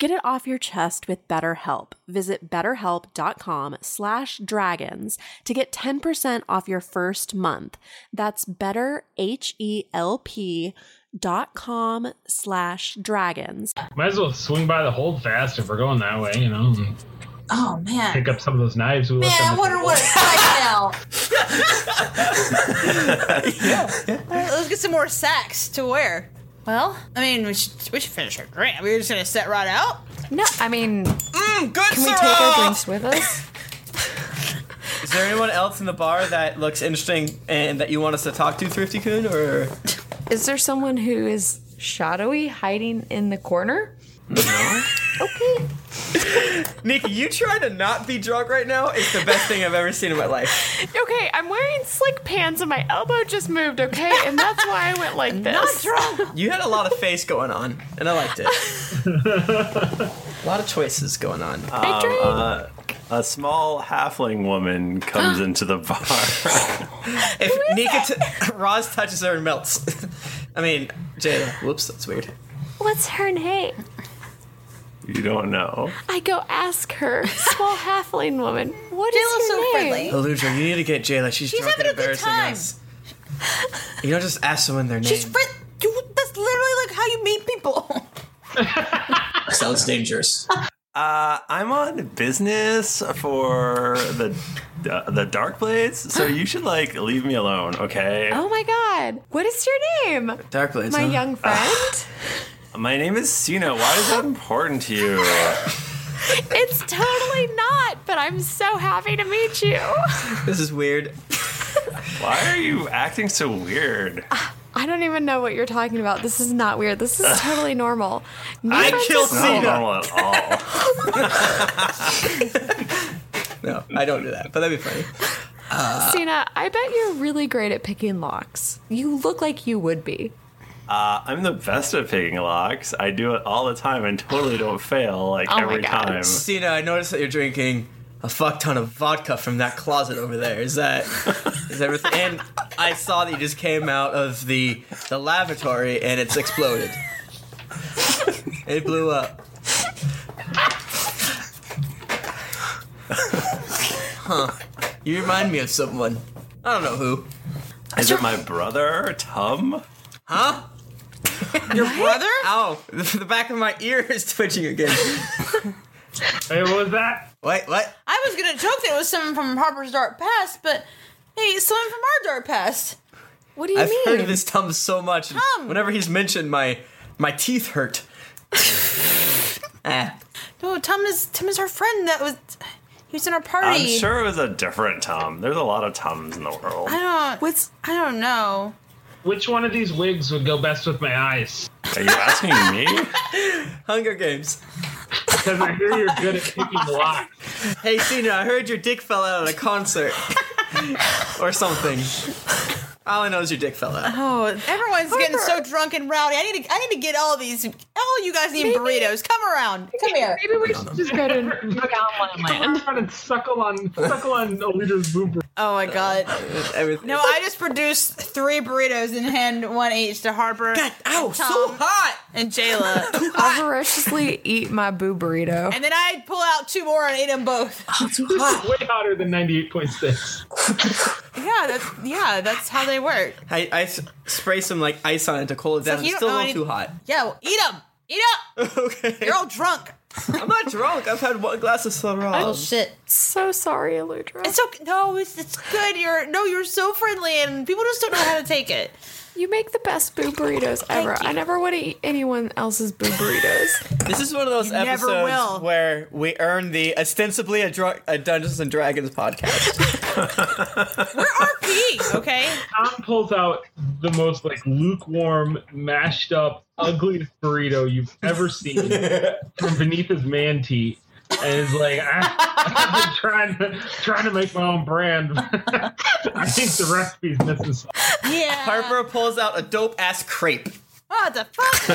Speaker 8: Get it off your chest with BetterHelp. Visit betterhelp.com slash dragons to get 10% off your first month. That's E betterhelp.com slash dragons.
Speaker 9: Might as well swing by the hold fast if we're going that way, you know. and
Speaker 7: Oh man.
Speaker 9: Pick up some of those knives we left.
Speaker 7: I
Speaker 9: on the
Speaker 7: wonder what it's like now.
Speaker 3: All right, let's get some more sacks to wear. Well, I mean, we should, we should finish our drink. We're just gonna set right out. Mm,
Speaker 2: No, I mean,
Speaker 3: good
Speaker 2: Can we take our drinks with us?
Speaker 4: Is there anyone else in the bar that looks interesting and that you want us to talk to, Thrifty Coon? Or
Speaker 2: Is there someone who is shadowy hiding in the corner?
Speaker 4: Nikki, you try to not be drunk right now. It's the best thing I've ever seen in my life.
Speaker 2: Okay, I'm wearing slick pants and my elbow just moved, okay? And that's why I went like this.
Speaker 4: You had a lot of face going on, and I liked it. a lot of choices going on.
Speaker 1: Um, uh, a small halfling woman comes into the bar.
Speaker 4: If Nika t- Roz touches her and melts. I mean, Jada. Whoops, that's weird.
Speaker 2: What's her name?
Speaker 1: you don't know.
Speaker 2: I go ask her, small halfling woman, what is her name?
Speaker 4: Aludra, you need to get Jayla. She's,
Speaker 2: She's
Speaker 4: drunk and
Speaker 2: having a good
Speaker 4: embarrassing
Speaker 2: time.
Speaker 4: us. You don't just ask someone their name.
Speaker 3: She's friend. Dude, that's literally like how you meet people.
Speaker 4: Sounds dangerous.
Speaker 1: Uh, I'm on business for the uh, the Dark Blades, so you should like leave me alone, okay?
Speaker 2: Oh my god, what is your name?
Speaker 1: Dark Blades,
Speaker 2: My
Speaker 1: huh?
Speaker 2: young friend?
Speaker 1: My name is Sino. Why is that important to you?
Speaker 2: It's totally not, but I'm so happy to meet you.
Speaker 4: This is weird.
Speaker 1: Why are you acting so weird?
Speaker 2: I don't even know what you're talking about. This is not weird. This is totally normal. New
Speaker 4: I
Speaker 2: friends
Speaker 4: killed
Speaker 2: is cool.
Speaker 1: Not
Speaker 4: Cena.
Speaker 1: normal at all.
Speaker 4: No, I don't do that, but that'd be funny. Uh,
Speaker 2: Cena, I bet you're really great at picking locks. You look like you would be.
Speaker 1: Uh, I'm the best at picking locks. I do it all the time and totally don't fail like
Speaker 2: Oh
Speaker 1: every time.
Speaker 4: Cena, I noticed that you're drinking a fuck ton of vodka from that closet over there. Is that is everything? And I saw that you just came out of the the lavatory and it's exploded. it blew up. huh. You remind me of someone. I don't know who.
Speaker 1: Is it my brother, Tum?
Speaker 4: Huh? Your brother? Ow, the, the back of my ear is twitching again.
Speaker 9: hey, what was that?
Speaker 4: Wait, what?
Speaker 3: I was gonna joke that it was someone from Harper's Dark Past, but hey, it's someone from our Dark Past.
Speaker 2: What
Speaker 4: I've heard of this Tum so much. and
Speaker 3: Tum!
Speaker 4: Whenever he's mentioned, my my teeth hurt. Ah.
Speaker 3: No, Tom is Tom is our friend that was. He was in our party.
Speaker 1: I'm sure it was a different Tum. There's a lot of Tums in the world.
Speaker 3: I don't. What's? I don't know.
Speaker 9: Which one of these wigs would go best with my eyes?
Speaker 1: Are you asking me?
Speaker 4: Hunger Games.
Speaker 9: Because I hear you're good at picking locks.
Speaker 4: Hey, Cena, I heard your dick fell out at a concert. or something. All I know is your dick fell out.
Speaker 3: Oh, everyone's getting so drunk and rowdy. I need to. I need to get all these. All you guys need burritos. Come around. Come here.
Speaker 2: Maybe we should just go to
Speaker 9: Come around and suckle on, suckle on Alita's boob.
Speaker 3: Oh my god.
Speaker 4: Everything.
Speaker 3: No, I just produced three burritos and hand one each to Harper. God,
Speaker 4: ow, so
Speaker 3: hot! And Jayla.
Speaker 2: I voraciously eat my boo burrito.
Speaker 3: and then I pull out two more and eat them both.
Speaker 2: Oh,
Speaker 9: This is way hotter than 98.6.
Speaker 3: Yeah, that's yeah, that's how they work.
Speaker 4: I, I s- spray some like ice on it to cool it down.
Speaker 3: like you
Speaker 4: It's
Speaker 3: don't
Speaker 4: still a
Speaker 3: know
Speaker 4: little
Speaker 3: any-
Speaker 4: too hot.
Speaker 3: Yeah, well, eat them. Eat
Speaker 4: up. Okay.
Speaker 3: You're all drunk.
Speaker 4: I'm not drunk. I've had one glass of Syrah.
Speaker 3: Oh shit.
Speaker 2: So sorry, Eludra.
Speaker 3: It's okay. No, it's, it's good. You're no, you're so friendly, and people just don't know how to take it.
Speaker 2: You make the best boo burritos ever. I never would eat anyone else's boo burritos.
Speaker 4: This is one of those
Speaker 2: You never
Speaker 4: episodes
Speaker 2: will.
Speaker 4: where we earn the ostensibly a, dr- a Dungeons and Dragons podcast.
Speaker 3: okay?
Speaker 9: Tom pulls out the most like lukewarm, mashed up, ugliest burrito you've ever seen from beneath his man teat, and is like, I, I've been trying to trying to make my own brand. I think the recipe's missing something.
Speaker 3: Yeah.
Speaker 4: Harper pulls out a dope ass crepe. Ah.
Speaker 3: What Ah, the fuck?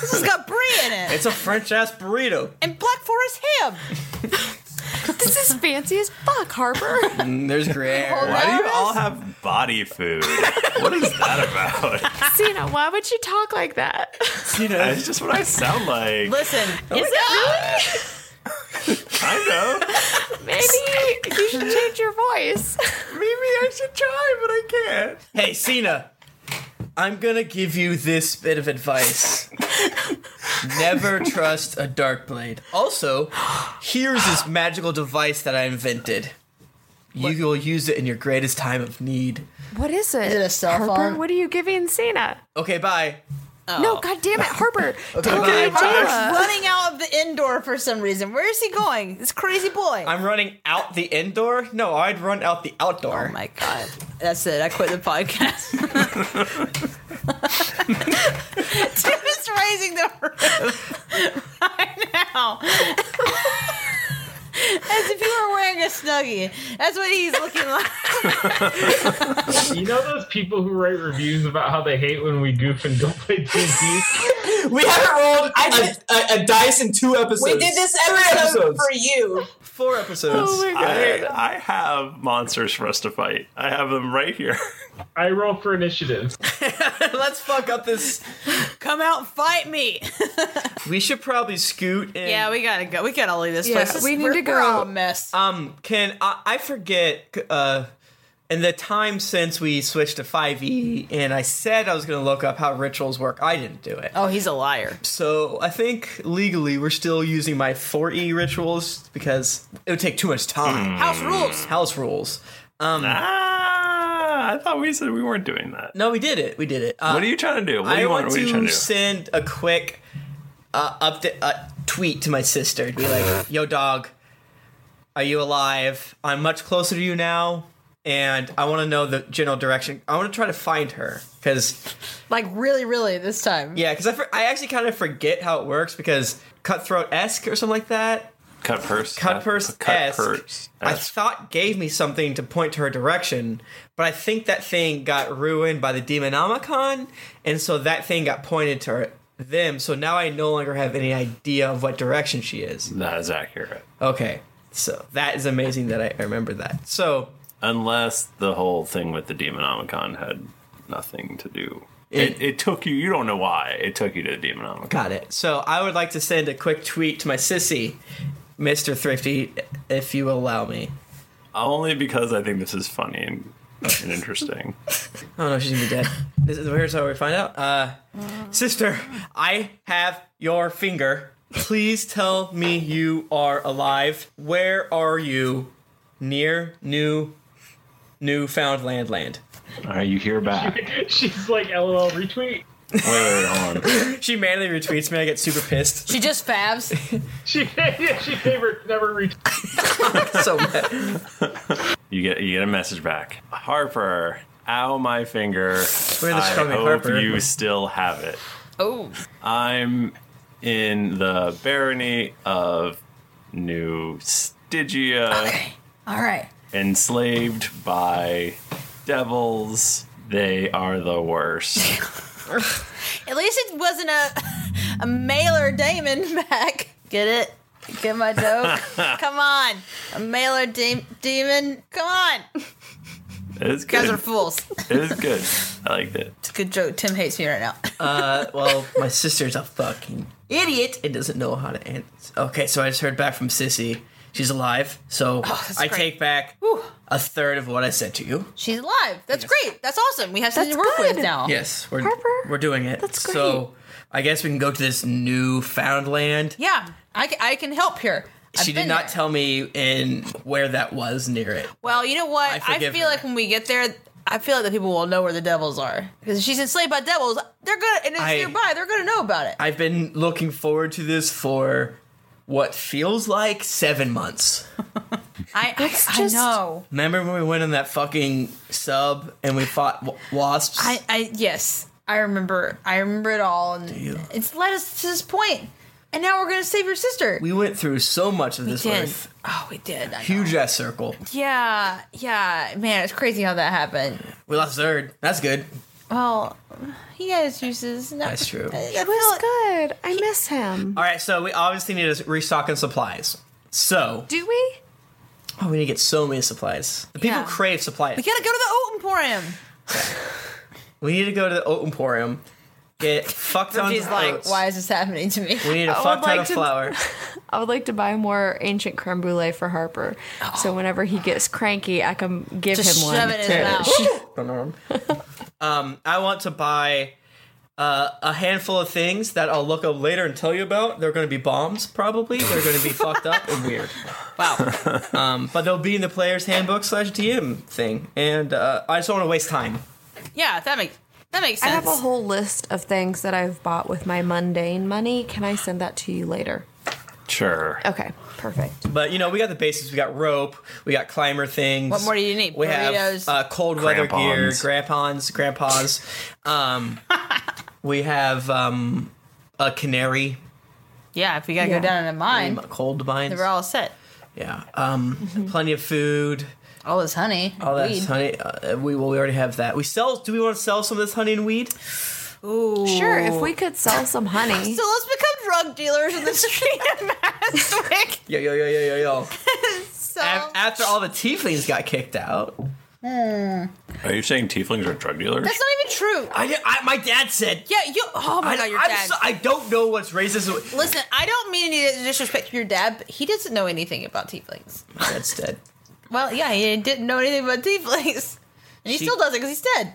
Speaker 3: this has got brie in it.
Speaker 4: It's a French ass burrito.
Speaker 3: and Black Forest ham.
Speaker 2: this is fancy as fuck, Harper.
Speaker 4: Mm, there's gray.
Speaker 1: Why do you all have body food? What is that about?
Speaker 2: Cena, why would you talk like that?
Speaker 1: That's just what I sound like.
Speaker 3: Listen,
Speaker 4: Oh
Speaker 2: is it
Speaker 1: I
Speaker 2: really? Maybe you should change your voice.
Speaker 4: Maybe I should try, but I can't. Hey, Cena, I'm gonna give you this bit of advice. Never trust a dark blade. Also, here's this magical device that I invented. You will use it in your greatest time of need.
Speaker 2: What is it? Is
Speaker 3: it a cell
Speaker 2: Harper,
Speaker 3: phone?
Speaker 2: what are you giving Cena?
Speaker 4: Okay, bye.
Speaker 2: No, god damn it, Harper.
Speaker 4: Okay,
Speaker 2: tell
Speaker 4: bye.
Speaker 2: me
Speaker 3: Oh. Harper's
Speaker 2: Jayla.
Speaker 3: running out of the indoor for some reason. Where is he going? This crazy boy.
Speaker 4: I'm running out the indoor? No, I'd run out the outdoor. Oh
Speaker 3: my god. That's it. I quit the podcast. Tim is raising the roof right now. As if he were wearing a snuggie. That's what he's looking like.
Speaker 9: You know those people who write reviews about how they hate when we goof and don't play D&D?
Speaker 4: We haven't rolled a, a, dice in two episodes.
Speaker 7: We did this episode for you.
Speaker 4: Four episodes.
Speaker 7: Oh my
Speaker 1: I,
Speaker 7: god.
Speaker 1: I have monsters for us to fight. I have them right here.
Speaker 9: I roll for initiative.
Speaker 4: Let's fuck up this.
Speaker 3: Come out, fight me.
Speaker 4: We should probably scoot in.
Speaker 3: Yeah, we gotta go. We gotta leave this
Speaker 4: Yeah,
Speaker 3: place. This-
Speaker 4: we need
Speaker 3: we're-
Speaker 4: to go.
Speaker 3: We're all a mess.
Speaker 4: Um, can I, I forget? Uh, in the time since we switched to five E, and I said I was going to look up how rituals work. I didn't do it.
Speaker 3: Oh, he's a liar.
Speaker 4: So I think legally we're still using my four E rituals because it would take too much time.
Speaker 3: House rules.
Speaker 4: House rules. Um,
Speaker 1: ah, I thought we said we weren't doing that.
Speaker 4: No, we did it. We did it.
Speaker 1: What are you trying to do? What do
Speaker 4: I
Speaker 1: you want-
Speaker 4: want
Speaker 1: what are you
Speaker 4: to
Speaker 1: trying to do?
Speaker 4: send a quick uh, update. Uh, tweet to my sister. It'd be like, "Yo, dog, are you alive? I'm much closer to you now, and I want to know the general direction. I want to try to find her because,
Speaker 3: Like really, really this time.
Speaker 4: yeah, because I, for- I actually kind of forget how it works because cutthroat esque or something like that.
Speaker 1: Cut purse.
Speaker 4: Cut purse
Speaker 1: Cut
Speaker 4: esque.
Speaker 1: purse.
Speaker 4: I thought gave me something to point to her direction, but I think that thing got ruined by the Demonomicon, and so that thing got pointed to her, them. So now I no longer have any idea of what direction she is.
Speaker 1: That is accurate.
Speaker 4: Okay, so that is amazing that I I remember that. So
Speaker 1: Unless the whole thing with the Demonomicon had nothing to do.
Speaker 4: It-
Speaker 1: It, it, took you. You don't know why it took you to the Demonomicon.
Speaker 4: Got it. So I would like to send a quick tweet to my sissy, Mr. Thrifty, if you allow me.
Speaker 1: Only because I think this is funny and, and interesting.
Speaker 4: Oh no, she's gonna be dead. This is, here's how we find out. Uh, sister, I have your finger. Please tell me you are alive. Where are you? Near new Newfoundland land.
Speaker 1: All right, you hear back.
Speaker 9: She's like, LOL, retweet.
Speaker 1: Wait, wait, hold on.
Speaker 4: she mainly retweets me. I get super pissed.
Speaker 3: She just fabs.
Speaker 9: she yeah, she never never reached.
Speaker 4: so
Speaker 1: You get you get a message back. Harper, ow my finger.
Speaker 4: Where this
Speaker 1: I
Speaker 4: from,
Speaker 1: hope
Speaker 4: Harper?
Speaker 1: you still have it.
Speaker 3: Oh.
Speaker 1: I'm in the barony of New Stygia,
Speaker 3: All right.
Speaker 1: enslaved by devils. They are the worst.
Speaker 3: At least it wasn't a a mailer Damon back. Get it? Get my joke? Come on. A mailer de- demon. Come on.
Speaker 1: It's
Speaker 3: You guys are
Speaker 1: good.
Speaker 3: fools.
Speaker 1: It is good. I liked it.
Speaker 3: It's a good joke. Tim hates me right now.
Speaker 4: Uh, well, my sister's a fucking idiot and doesn't know how to answer. Okay, so I just heard back from Sissy. She's alive, so
Speaker 3: Oh, that's
Speaker 4: I
Speaker 3: great.
Speaker 4: take back a third of what I said to you.
Speaker 3: She's alive. That's great. That's awesome. We have something to work with now.
Speaker 4: Yes, we're we're doing it. That's great. So I guess we can go to this new found land.
Speaker 3: Yeah. I, ca- I can help here. I've
Speaker 4: she
Speaker 3: been
Speaker 4: did
Speaker 3: there.
Speaker 4: not tell me in where that was near it.
Speaker 3: Well, you know what? I,
Speaker 4: forgive
Speaker 3: feel like when we get there, I feel like the people will know where the devils are because if she's enslaved by devils. They're gonna and it's
Speaker 4: I-
Speaker 3: nearby. They're gonna know about it.
Speaker 4: I've been looking forward to this for what feels like seven months.
Speaker 3: I I, I know.
Speaker 4: Remember when we went on that fucking sub and we fought w- wasps?
Speaker 3: I I yes. I remember. I remember it all, and it's led us to this point. And now we're gonna save your sister.
Speaker 4: We went through so much of
Speaker 3: We
Speaker 4: this
Speaker 3: did.
Speaker 4: earth.
Speaker 3: Oh, we did. I know.
Speaker 4: Huge ass circle.
Speaker 3: Yeah, yeah, man, it's crazy how that happened.
Speaker 4: We lost third. That's good.
Speaker 3: Well, he has uses. No,
Speaker 4: That's true.
Speaker 3: It was
Speaker 2: good. I miss him.
Speaker 4: All right, so we obviously need to restock on supplies. So,
Speaker 2: Do we?
Speaker 4: oh, we need to get so many supplies. The people
Speaker 3: Yeah.
Speaker 4: crave supplies.
Speaker 3: We gotta go to the oat emporium.
Speaker 4: We need to go to the oat emporium, get fucked on
Speaker 3: She's like,
Speaker 4: oats.
Speaker 3: why is this happening to me?
Speaker 4: We need a
Speaker 2: I would
Speaker 4: fuck ton
Speaker 2: like
Speaker 4: of
Speaker 2: to-
Speaker 4: flour.
Speaker 2: I would like to buy more ancient creme brulee for Harper.
Speaker 3: Oh.
Speaker 2: So whenever he gets cranky, I can give
Speaker 4: Just
Speaker 2: him one.
Speaker 4: shove it in his um, I want to buy uh, a handful of things that I'll look up later and tell you about. They're going to be bombs, probably. They're going to be fucked up and weird. Wow. Um, but they'll be in the player's handbook slash DM thing. And uh, I just don't want to waste time.
Speaker 3: Yeah, that makes that makes
Speaker 2: I
Speaker 3: sense.
Speaker 2: have a whole list of things that I've bought with my mundane money. Can I send that to you later?
Speaker 1: Sure.
Speaker 2: Okay, perfect.
Speaker 4: But you know, we got the basics. We got rope. We got climber things.
Speaker 3: What more do you need?
Speaker 4: We
Speaker 3: Burritos?
Speaker 4: have uh, cold weather gear, grampons, grandpas. Um, we have um, a canary.
Speaker 3: yeah, if we gotta go down in a mine,
Speaker 4: cold
Speaker 3: then
Speaker 4: mines.
Speaker 3: we're all set.
Speaker 4: Yeah. Um, Plenty of food.
Speaker 3: All this honey.
Speaker 4: All that
Speaker 3: weed.
Speaker 4: honey. Uh, we well, we already have that. We sell. Do we want to sell some of this honey and weed?
Speaker 3: Ooh.
Speaker 2: Sure, if we could sell some honey.
Speaker 3: So let's become drug dealers in the street of Mastowick.
Speaker 4: Yo yo yo yo yo yo. Af- After all the tieflings got kicked out,
Speaker 3: Hmm.
Speaker 1: Are you saying tieflings are drug dealers?
Speaker 3: That's not even true.
Speaker 4: I, did, I my dad said.
Speaker 3: Yeah, you. Oh my
Speaker 4: I,
Speaker 3: god, your
Speaker 4: I'm
Speaker 3: dad.
Speaker 4: so- I don't know what's racist.
Speaker 3: Listen, I don't mean any disrespect to your dad, but he doesn't know anything about tieflings.
Speaker 4: My dad's dead.
Speaker 3: Well, yeah, he didn't know anything about tieflings, and he
Speaker 4: She-
Speaker 3: still doesn't because he's dead.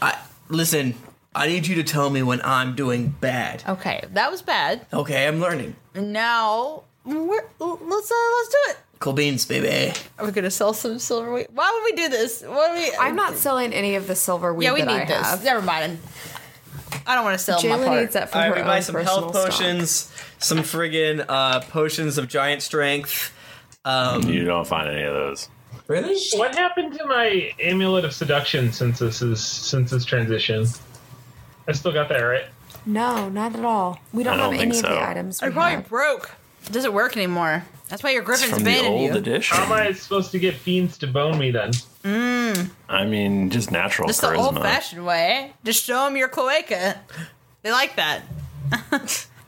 Speaker 4: I listen. I need you to tell me when I'm doing bad.
Speaker 3: Okay, that was bad.
Speaker 4: Okay, I'm learning.
Speaker 3: Now we're let's uh, let's do it.
Speaker 4: Cool beans, baby.
Speaker 3: Are we gonna sell some silver wheat? Why would we do this? What are we?
Speaker 2: I'm not selling any of the silver weed
Speaker 3: yeah, we
Speaker 2: that
Speaker 3: need
Speaker 2: I
Speaker 3: this.
Speaker 2: have.
Speaker 3: Never mind. I don't want to sell my
Speaker 2: Jayla
Speaker 3: part.
Speaker 2: needs that for
Speaker 4: All right,
Speaker 2: her
Speaker 4: we
Speaker 2: own
Speaker 4: buy some
Speaker 2: personal
Speaker 4: health potions, some friggin' uh, potions of giant strength. Um,
Speaker 1: you don't find any of those.
Speaker 4: Really?
Speaker 9: What happened to my amulet of seduction since this is since this transition? I still got that, right?
Speaker 2: No, not at all. We don't,
Speaker 9: I don't
Speaker 2: have
Speaker 9: think
Speaker 2: any of
Speaker 9: so.
Speaker 2: the items.
Speaker 3: They're
Speaker 2: we
Speaker 3: probably
Speaker 2: have.
Speaker 3: broke. It doesn't work anymore. That's why your griffin's abandoned you.
Speaker 9: How am I supposed to get fiends to bone me then?
Speaker 3: Mm.
Speaker 1: I mean, just natural
Speaker 3: That's the
Speaker 1: charisma.
Speaker 3: old-fashioned way. Just show them your cloaca. They like that.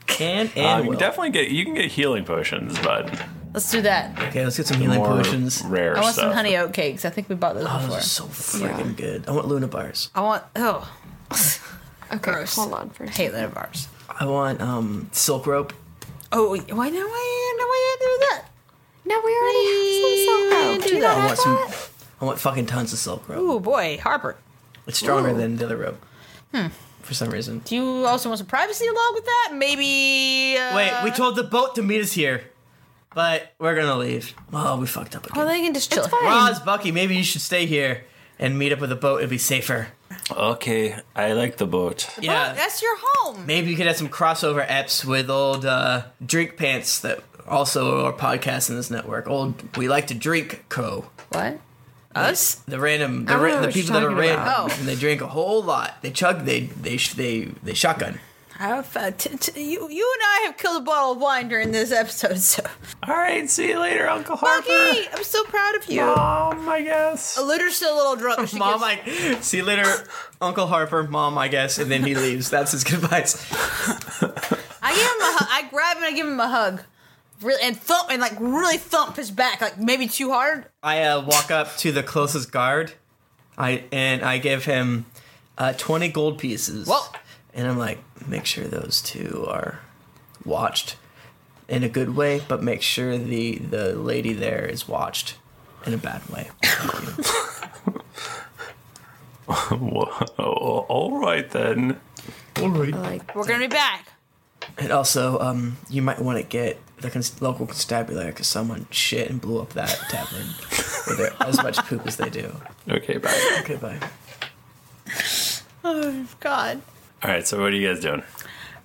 Speaker 4: Can
Speaker 1: Uh, you can definitely get you can get healing potions, but
Speaker 3: Let's do that.
Speaker 4: Okay, let's get some
Speaker 1: the
Speaker 4: healing
Speaker 1: more
Speaker 4: potions.
Speaker 1: Rare
Speaker 3: I want some
Speaker 1: stuff.
Speaker 3: honey oat cakes. I think we bought those
Speaker 4: Oh,
Speaker 3: before.
Speaker 4: those are so friggin' good. I want Luna bars.
Speaker 3: I want. Oh,
Speaker 2: Okay,
Speaker 3: gross.
Speaker 2: hold on for a
Speaker 3: Hate
Speaker 2: second.
Speaker 3: Luna bars.
Speaker 4: I want um, silk rope.
Speaker 3: Oh, wait, why no? Why no? Why you do that?
Speaker 2: No, we already have some
Speaker 3: Do you not
Speaker 4: I
Speaker 3: have
Speaker 4: want some.
Speaker 3: that?
Speaker 4: I want fucking tons of silk rope.
Speaker 3: Ooh boy, Harper.
Speaker 4: It's stronger
Speaker 3: Ooh.
Speaker 4: than the other rope
Speaker 3: Hmm.
Speaker 4: for some reason.
Speaker 3: Do you also want some privacy along with that? Maybe. Uh,
Speaker 4: Wait, we told the boat to meet us here, but we're gonna leave. Oh, we fucked up again.
Speaker 3: Oh, they can just chill.
Speaker 4: Roz, Bucky, maybe you should stay here and meet up with the boat. It'd be safer.
Speaker 1: Okay, I like the boat.
Speaker 4: Yeah,
Speaker 3: that's your home.
Speaker 4: Maybe you could have some crossover eps with old uh, Drink Pants that also are podcasts in this network. Old We Like to Drink Co.
Speaker 3: What?
Speaker 4: Us? The, random, the,
Speaker 3: I don't know
Speaker 4: ra- the
Speaker 3: what
Speaker 4: people
Speaker 3: you're
Speaker 4: that are
Speaker 3: talking
Speaker 4: random,
Speaker 3: about. Oh.
Speaker 4: and they drink a whole lot. They chug, they they sh- they they shotgun.
Speaker 3: I have, uh, t- t- you, you and I have killed a bottle of wine during this episode, so.
Speaker 1: All right, see you later, Uncle
Speaker 3: Harper. I'm so proud of you.
Speaker 1: Mom, I guess.
Speaker 3: Luter's still a little drunk. She
Speaker 4: Mom,
Speaker 3: gets-
Speaker 4: I see you later, Uncle Harper. Mom, I guess, and then he leaves. That's his goodbyes.
Speaker 3: I give him a hug. I grab him and I give him a hug. Really, and thump and like really thump his back, like maybe too hard.
Speaker 4: I uh, walk up to the closest guard, I and I give him uh, twenty gold pieces. And I'm like, make sure those two are watched in a good way, but make sure the the lady there is watched in a bad way.
Speaker 1: All right then.
Speaker 4: All right.
Speaker 3: We're gonna be back.
Speaker 4: And also, um, you might want to get the cons- local constabulary because someone shit and blew up that tavern with their, as much poop as they do.
Speaker 1: Okay, bye.
Speaker 4: Okay, bye.
Speaker 3: Oh God.
Speaker 1: All right, so what are you guys doing?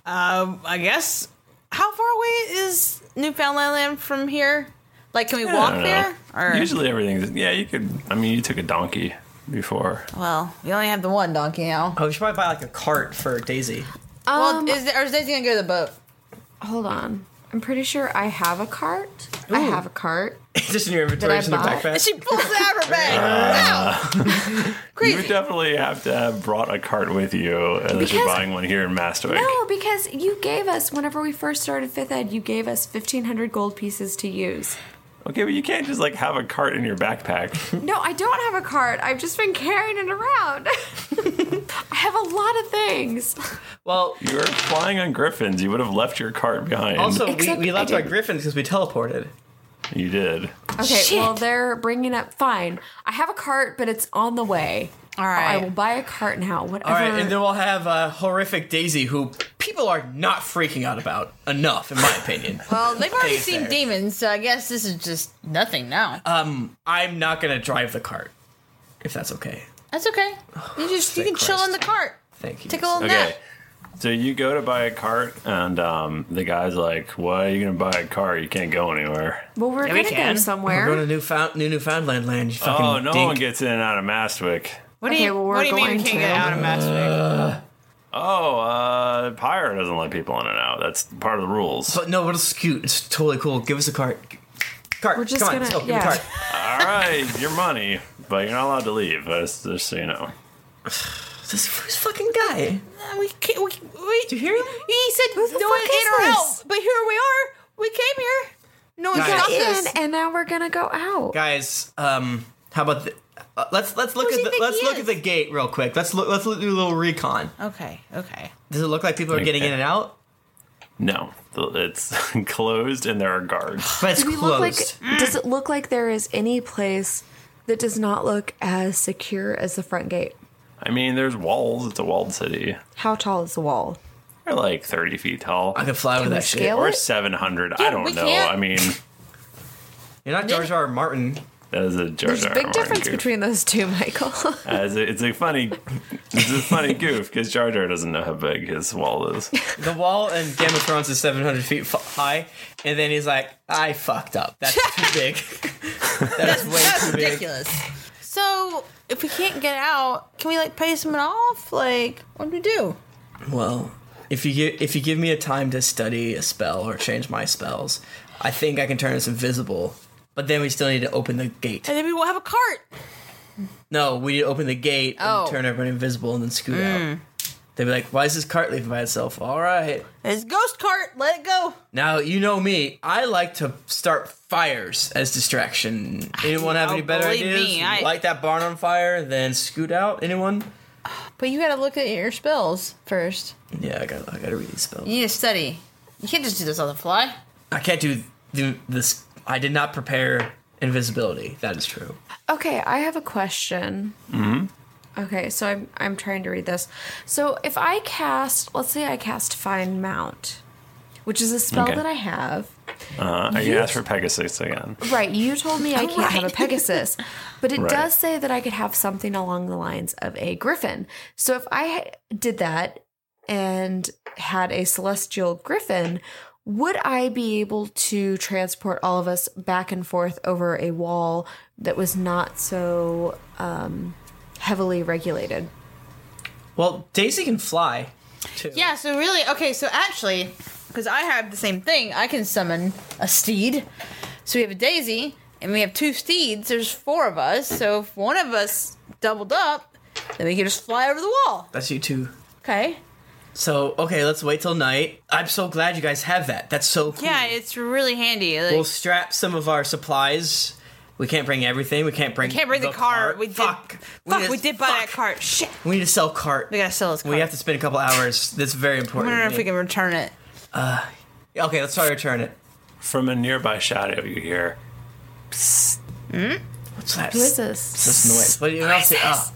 Speaker 3: Um, I guess. How far away is Newfoundland land from here? Like, can we
Speaker 1: I
Speaker 3: walk
Speaker 1: don't know.
Speaker 3: there? Or
Speaker 1: Usually everything's yeah. You could. I mean, you took a donkey before.
Speaker 3: Well, we only have the one donkey now.
Speaker 4: Oh, we should probably buy like a cart for Daisy.
Speaker 2: Um,
Speaker 3: well, is there, or is Daisy gonna go to the boat?
Speaker 2: Hold on. I'm pretty sure I have a cart. I have a cart.
Speaker 4: Just in your
Speaker 2: That
Speaker 4: inventory,
Speaker 2: I
Speaker 4: in your
Speaker 2: bought.
Speaker 4: backpack.
Speaker 3: She pulls out her bag.
Speaker 1: Uh, you would definitely have to have brought a cart with you unless you're
Speaker 2: Because-
Speaker 1: buying one here in Mastovic.
Speaker 2: No, because you gave us whenever we first started fifth ed, you gave us 1,500 gold pieces to use.
Speaker 1: Okay, but you can't just like have a cart in your backpack.
Speaker 2: No, I don't have a cart. I've just been carrying it around. I have a lot of things.
Speaker 4: Well,
Speaker 1: you were flying on griffins. You would have left your cart behind.
Speaker 4: Also, we, we left our griffins because we teleported.
Speaker 1: You did.
Speaker 2: Okay, well, they're bringing up. Fine. I have a cart, but it's on the way. All right. I will buy a cart now. Whatever.
Speaker 4: All right, and then we'll have uh, horrific Daisy, who people are not freaking out about enough, in my opinion.
Speaker 3: Well, they've already
Speaker 4: Daisy.
Speaker 3: seen demons, so I guess this is just nothing now.
Speaker 4: Um, I'm not gonna drive the cart, if that's okay.
Speaker 3: That's okay. You just you can
Speaker 4: thank
Speaker 3: chill in the cart.
Speaker 4: Thank you.
Speaker 3: Take a little
Speaker 1: Okay.
Speaker 3: nap.
Speaker 1: So you go to buy a cart, and um, the guy's like, "Why are you going to buy a cart? You can't go anywhere."
Speaker 2: Well, we're
Speaker 4: Yeah,
Speaker 2: gonna go somewhere.
Speaker 4: We're going to Newfound- New Newfoundland land. You fucking
Speaker 1: Oh, no
Speaker 4: dink.
Speaker 1: one gets in and out of Mastwick.
Speaker 3: What
Speaker 2: do you?
Speaker 3: what do you mean you can't get out of
Speaker 1: Uh, oh, uh, Pyre doesn't let people in and out. That's part of the rules.
Speaker 4: But no, it'll scoot. It's totally cool. Give us a cart. Cart.
Speaker 2: We're just
Speaker 4: Come on,
Speaker 2: gonna-
Speaker 4: let's go. Give me
Speaker 2: yeah.
Speaker 4: a cart.
Speaker 1: All right, your money, but you're not allowed to leave. That's just so you know.
Speaker 4: This who's fucking guy?
Speaker 3: We can't. We, we,
Speaker 4: Do you hear him?
Speaker 3: He said no one in
Speaker 2: fuck is
Speaker 3: or
Speaker 2: this?
Speaker 3: out, but here we are. We came here. No one
Speaker 4: Guys.
Speaker 3: stopped
Speaker 4: Got
Speaker 3: us.
Speaker 2: And now we're gonna go out.
Speaker 4: Guys, um, how about the, uh, let's let's look
Speaker 3: Who does
Speaker 4: at
Speaker 3: he
Speaker 4: the,
Speaker 3: think
Speaker 4: let's
Speaker 3: he
Speaker 4: look
Speaker 3: is?
Speaker 4: at the gate real quick. Let's look let's look, do a little recon.
Speaker 3: Okay. Okay.
Speaker 4: Does it look like people are getting in and out?
Speaker 1: No, it's closed and there are guards.
Speaker 4: But it's
Speaker 2: Do we look like? Does it look like there is any place that does not look as secure as the front gate?
Speaker 1: I mean, there's walls. It's a walled city.
Speaker 2: How tall is the wall?
Speaker 1: They're like 30 feet tall. I
Speaker 4: can fly
Speaker 2: Can with we that shit. scale
Speaker 1: Or
Speaker 2: it?
Speaker 1: 700. I
Speaker 2: Dude,
Speaker 1: don't
Speaker 2: we
Speaker 1: know.
Speaker 2: can't.
Speaker 1: I mean,
Speaker 4: You're not George R. R. Martin.
Speaker 1: That is a Jar
Speaker 2: There's a
Speaker 1: Jar
Speaker 2: big
Speaker 1: Warren
Speaker 2: difference
Speaker 1: goof.
Speaker 2: between those two, Michael.
Speaker 1: Uh, it's, a, it's a funny, it's a funny goof because Jar Jar doesn't know how big his wall is.
Speaker 4: The wall in Game of Thrones is 700 feet fu- high, and then he's like, I fucked up. That's too big. that is way too big.
Speaker 3: ridiculous. So if we can't get out, can we like pay someone off? Like, what do we do?
Speaker 4: Well, if you give, if you give me a time to study a spell or change my spells, I think I can turn this invisible. But then we still need to open the gate.
Speaker 3: And then we won't have a cart.
Speaker 4: No, we need to open the gate
Speaker 3: Oh.
Speaker 4: and turn everyone invisible and then scoot
Speaker 3: Mm.
Speaker 4: out. They'd be like, "Why is this cart leaving by itself?" All right.
Speaker 3: It's ghost cart. Let it go.
Speaker 4: Now you know me. I like to start fires as distraction. Anyone have
Speaker 3: Oh,
Speaker 4: any better
Speaker 3: believe
Speaker 4: ideas?
Speaker 3: me, I-
Speaker 4: Light that barn on fire, then scoot out. Anyone?
Speaker 3: But you gotta look at your spells first.
Speaker 4: Yeah, I got. I got to read these spells.
Speaker 3: You need to study. You can't just do this on the fly.
Speaker 4: I can't do, do this. I did not prepare invisibility. That is true.
Speaker 2: okay, I have a question.
Speaker 4: Mm-hmm.
Speaker 2: Okay, so I'm I'm trying to read this. So if I cast, let's say I cast Find Mount, which is a spell
Speaker 1: Okay.
Speaker 2: that I have.
Speaker 1: Uh, I can
Speaker 2: You-
Speaker 1: ask for Pegasus again.
Speaker 2: Right, you told me I can't have a
Speaker 8: Right.
Speaker 2: Pegasus, but it
Speaker 1: Right.
Speaker 2: does say that I could have something along the lines of a griffin. So if I ha- did that and had a celestial griffin, would I be able to transport all of us back and forth over a wall that was not so um, heavily regulated?
Speaker 4: Well, Daisy can fly.
Speaker 3: Yeah, so really, okay, so actually, because I have the same thing, I can summon a steed. So we have a daisy, and we have two steeds. There's four of us, so if one of us doubled up, then we can just fly over the wall.
Speaker 4: That's you too.
Speaker 3: Okay.
Speaker 4: So okay, let's wait till night. I'm so glad you guys have that. That's so cool.
Speaker 3: Yeah, it's really handy. Like,
Speaker 4: We'll strap some of our supplies. We can't bring everything. We can't
Speaker 3: we
Speaker 4: bring.
Speaker 3: can't bring the, car. We did, fuck.
Speaker 4: We
Speaker 3: we
Speaker 4: just-
Speaker 3: did buy that cart. Shit.
Speaker 4: We need to sell cart. We
Speaker 3: gotta sell this.
Speaker 4: We have to spend a couple hours. That's very
Speaker 3: I
Speaker 4: important.
Speaker 3: wonder
Speaker 4: to
Speaker 3: if
Speaker 4: me.
Speaker 3: we can return it.
Speaker 4: Uh, okay, let's try to return it.
Speaker 1: From a nearby shadow, you hear.
Speaker 2: Hmm?
Speaker 1: Psst.
Speaker 4: What's that?
Speaker 2: Who is this?
Speaker 4: What's this noise? What do you else? Oh.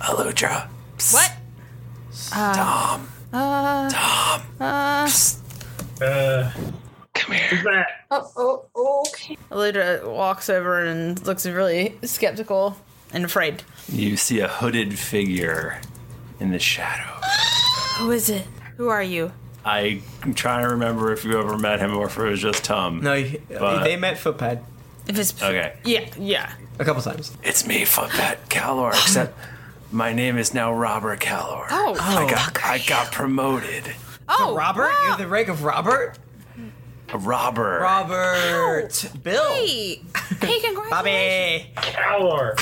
Speaker 1: Aludra.
Speaker 3: What? Tom. Uh, Tom. Uh,
Speaker 9: Uh,
Speaker 1: Come
Speaker 9: here. That?
Speaker 3: Oh, oh, okay. Aludra walks over and looks really skeptical and afraid.
Speaker 1: You see a hooded figure in the shadow.
Speaker 3: Who is it? Who are you?
Speaker 1: I'm trying to remember if you ever met him or if it was just Tom.
Speaker 4: No, he-
Speaker 1: But-
Speaker 4: they met Footpad.
Speaker 3: If it's
Speaker 1: Okay.
Speaker 3: yeah, yeah.
Speaker 4: A couple times.
Speaker 1: It's me, Footpad Calor, except my name is now Robert Calor.
Speaker 3: Oh.
Speaker 1: I got, I got promoted.
Speaker 3: Oh,
Speaker 4: Robert, you're the rank of Robert.
Speaker 1: Robert.
Speaker 4: Robert, Bill,
Speaker 3: Hey, hey, congratulations.
Speaker 4: Bobby,
Speaker 9: Calor.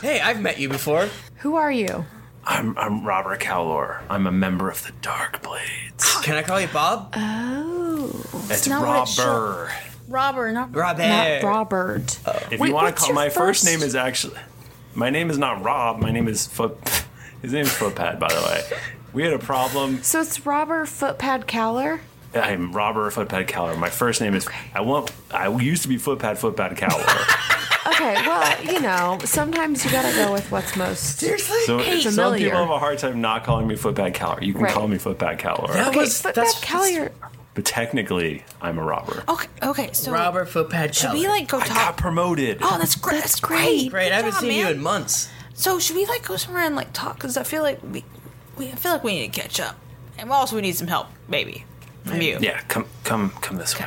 Speaker 4: hey, I've met you before.
Speaker 2: Who are you?
Speaker 1: I'm, I'm Robert Calor. I'm a member of the Dark Blades.
Speaker 4: Can I call you Bob?
Speaker 2: Oh,
Speaker 1: It's Robert.
Speaker 3: Robert, not
Speaker 1: Robert.
Speaker 2: Not Robert.
Speaker 1: If
Speaker 2: Uh, Wait,
Speaker 1: you want to
Speaker 2: what's
Speaker 1: call
Speaker 2: your
Speaker 1: my first? name is actually my name is not Rob. My name is Foot. His name is Footpad, by the way. We had a problem.
Speaker 2: So it's Robert Footpad Cowler.
Speaker 1: I'm Robert Footpad Cowler. My first name is I want. I used to be Footpad Footpad Cowler.
Speaker 2: Okay, well, you know, sometimes you gotta go with what's most
Speaker 4: seriously
Speaker 1: so some
Speaker 2: familiar.
Speaker 1: people have a hard time not calling me Footpad Cowler. You can
Speaker 2: Right.
Speaker 1: call me Footpad Cowler,
Speaker 2: okay, footpad Oh, Callier.
Speaker 1: but technically I'm a Robert.
Speaker 3: Okay, okay. So
Speaker 4: Robert Footpad.
Speaker 3: Should we
Speaker 4: Keller.
Speaker 3: like go
Speaker 1: I
Speaker 3: talk?
Speaker 1: got promoted.
Speaker 3: Oh, that's great. That's great.
Speaker 4: Great,
Speaker 3: Good
Speaker 4: I haven't
Speaker 3: job,
Speaker 4: seen you
Speaker 3: man.
Speaker 4: in months.
Speaker 3: So should we like go somewhere and like talk? Because I feel like we, we, I feel like we need to catch up, and also we need some help, maybe from you.
Speaker 1: Yeah, come, come, come this way.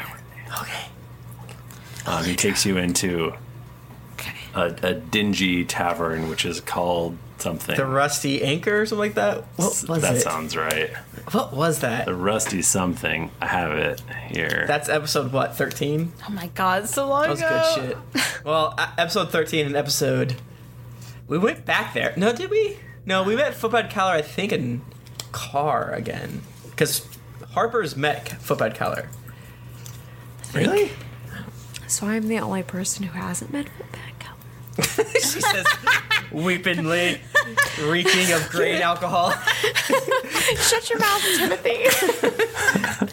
Speaker 1: Okay. Um, he takes you into a, a dingy tavern, which is called something.
Speaker 4: The Rusty Anchor or something like that. What was
Speaker 1: that
Speaker 4: it?
Speaker 1: sounds right.
Speaker 4: What was that?
Speaker 1: The rusty something. I have it here.
Speaker 4: That's episode what? Thirteen.
Speaker 3: Oh my god, so long
Speaker 4: That was
Speaker 3: ago.
Speaker 4: good shit. Well, uh, episode 13 and episode. We went back there. No, did we? No, we met Footpad Caller, I think, in Car again. Because Harper's met Footpad Caller. Really?
Speaker 2: So I'm the only person who hasn't met Footpad
Speaker 4: she says, weepingly, reeking of grain alcohol.
Speaker 2: Shut your mouth, Timothy.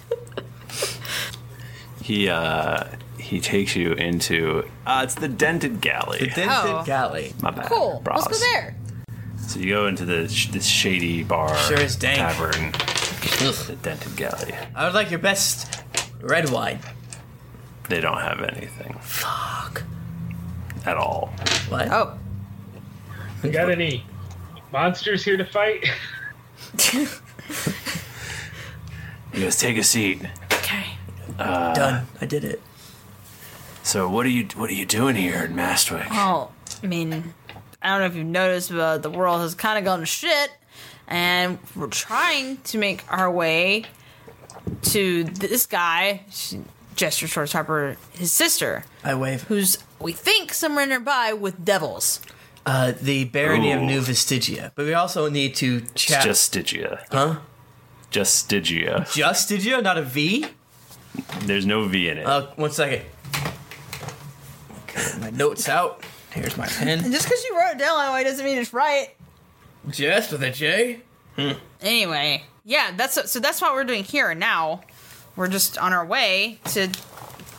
Speaker 1: He uh, he takes you into. Uh, it's the Dented Galley. The
Speaker 4: Dented Oh. Galley.
Speaker 1: My bad.
Speaker 3: Cool.
Speaker 1: Bras.
Speaker 3: Let's go there.
Speaker 1: So you go into the sh- this shady bar
Speaker 4: Sure is dank.
Speaker 1: tavern. The Dented Galley.
Speaker 4: I would like your best red wine.
Speaker 1: They don't have anything.
Speaker 4: Fuck.
Speaker 1: at all.
Speaker 4: What?
Speaker 3: Oh.
Speaker 9: You got any monsters here to fight?
Speaker 1: He goes, "Take a seat."
Speaker 3: Okay.
Speaker 1: Uh,
Speaker 4: Done. I did it.
Speaker 1: So what are you what are you doing here in Mastwick?
Speaker 3: Oh, I mean, I don't know if you've noticed, but the world has kind of gone to shit, and we're trying to make our way to this guy. She gestures towards Harper, his sister,
Speaker 4: I wave.
Speaker 3: Who's we think somewhere nearby with devils.
Speaker 4: Uh, the barony of
Speaker 1: Ooh.
Speaker 4: New Vestigia. But we also need to
Speaker 1: It's
Speaker 4: chat.
Speaker 1: just Stygia.
Speaker 4: Huh?
Speaker 1: Just Stygia.
Speaker 4: Just Stygia, not a V?
Speaker 1: There's no V in it.
Speaker 4: Uh, one second. Okay, my notes out. Here's my
Speaker 3: And
Speaker 4: pen.
Speaker 3: just because you wrote it down that way doesn't mean it's right.
Speaker 4: Just with a J. Hmm.
Speaker 3: Anyway, yeah, that's so that's what we're doing here now. We're just on our way to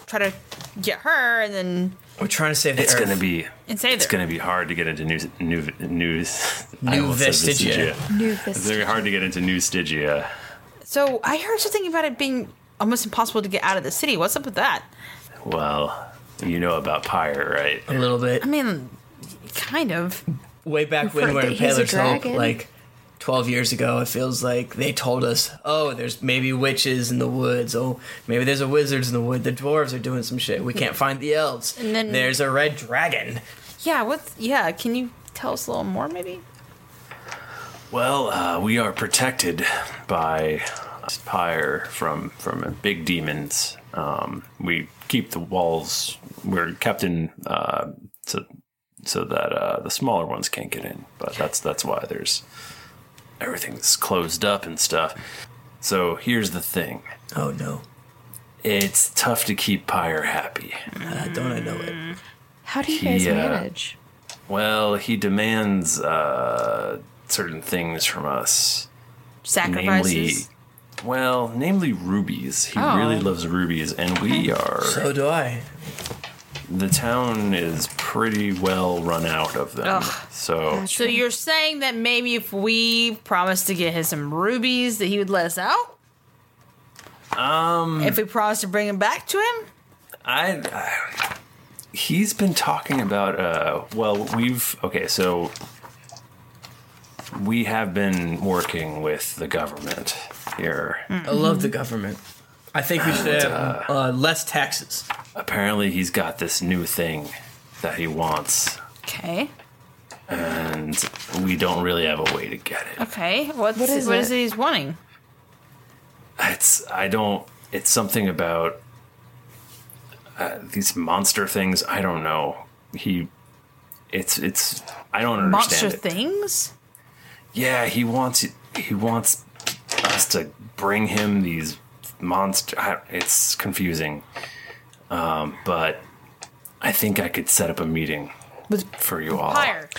Speaker 3: try to get her and then
Speaker 4: We're trying to save
Speaker 3: the
Speaker 1: it's
Speaker 3: Earth.
Speaker 1: gonna be.
Speaker 3: And save
Speaker 1: It's
Speaker 3: the
Speaker 1: gonna be hard to get into new new new
Speaker 4: New Vestigia.
Speaker 3: New
Speaker 1: It's gonna be hard to get into new Stygia.
Speaker 3: So I heard something about it being almost impossible to get out of the city. What's up with that?
Speaker 1: Well, you know about Pyre, right?
Speaker 4: A little bit.
Speaker 3: I mean, kind of.
Speaker 4: Way back
Speaker 3: We've
Speaker 4: when we were
Speaker 3: heard
Speaker 4: in
Speaker 3: that he's a
Speaker 4: Paler's Hope,
Speaker 3: dragon.
Speaker 4: like 12 years ago, it feels like they told us, oh, there's maybe witches in the woods. Oh, maybe there's a wizards in the wood. The dwarves are doing some shit. We can't find the elves.
Speaker 3: And then-
Speaker 4: there's a red dragon.
Speaker 3: Yeah. What? Yeah. Can you tell us a little more, maybe?
Speaker 1: Well, uh, we are protected by pyre from from big demons. Um, we keep the walls. We're kept in uh, so so that uh, the smaller ones can't get in. But that's that's why there's everything's closed up and stuff. So here's the thing.
Speaker 4: Oh no.
Speaker 1: It's tough to keep Pyre happy.
Speaker 4: Uh, don't I know
Speaker 2: Mm.
Speaker 4: it?
Speaker 2: How do you
Speaker 1: He,
Speaker 2: guys
Speaker 1: uh,
Speaker 2: manage?
Speaker 1: Well, he demands uh, certain things from us.
Speaker 3: Sacrifices?
Speaker 1: Namely, well, namely rubies. He
Speaker 4: Oh.
Speaker 1: really loves rubies, and we are.
Speaker 4: So do I.
Speaker 1: The town is pretty well run out of them.
Speaker 3: Ugh.
Speaker 1: So,
Speaker 3: So you're saying that maybe if we promised to get him some rubies, that he would let us out?
Speaker 1: um,
Speaker 3: If we promised to bring him back to him?
Speaker 1: I, I he's been talking about uh well we've okay so we have been working with the government here
Speaker 4: I love the government. I think we should have uh, less taxes.
Speaker 1: apparently he's got this new thing that he wants
Speaker 3: Okay.
Speaker 1: and we don't really have a way to get it
Speaker 3: Okay. What's,
Speaker 1: What is
Speaker 3: what
Speaker 1: it?
Speaker 3: is it he's wanting?
Speaker 1: it's i don't it's something about uh, these monster things i don't know he it's it's i don't understand
Speaker 3: Monster
Speaker 1: it.
Speaker 3: things?
Speaker 1: Yeah, he wants he wants us to bring him these monster. I- It's confusing, um, but I think I could set up a meeting
Speaker 3: With-
Speaker 1: for you all.
Speaker 3: Pyre.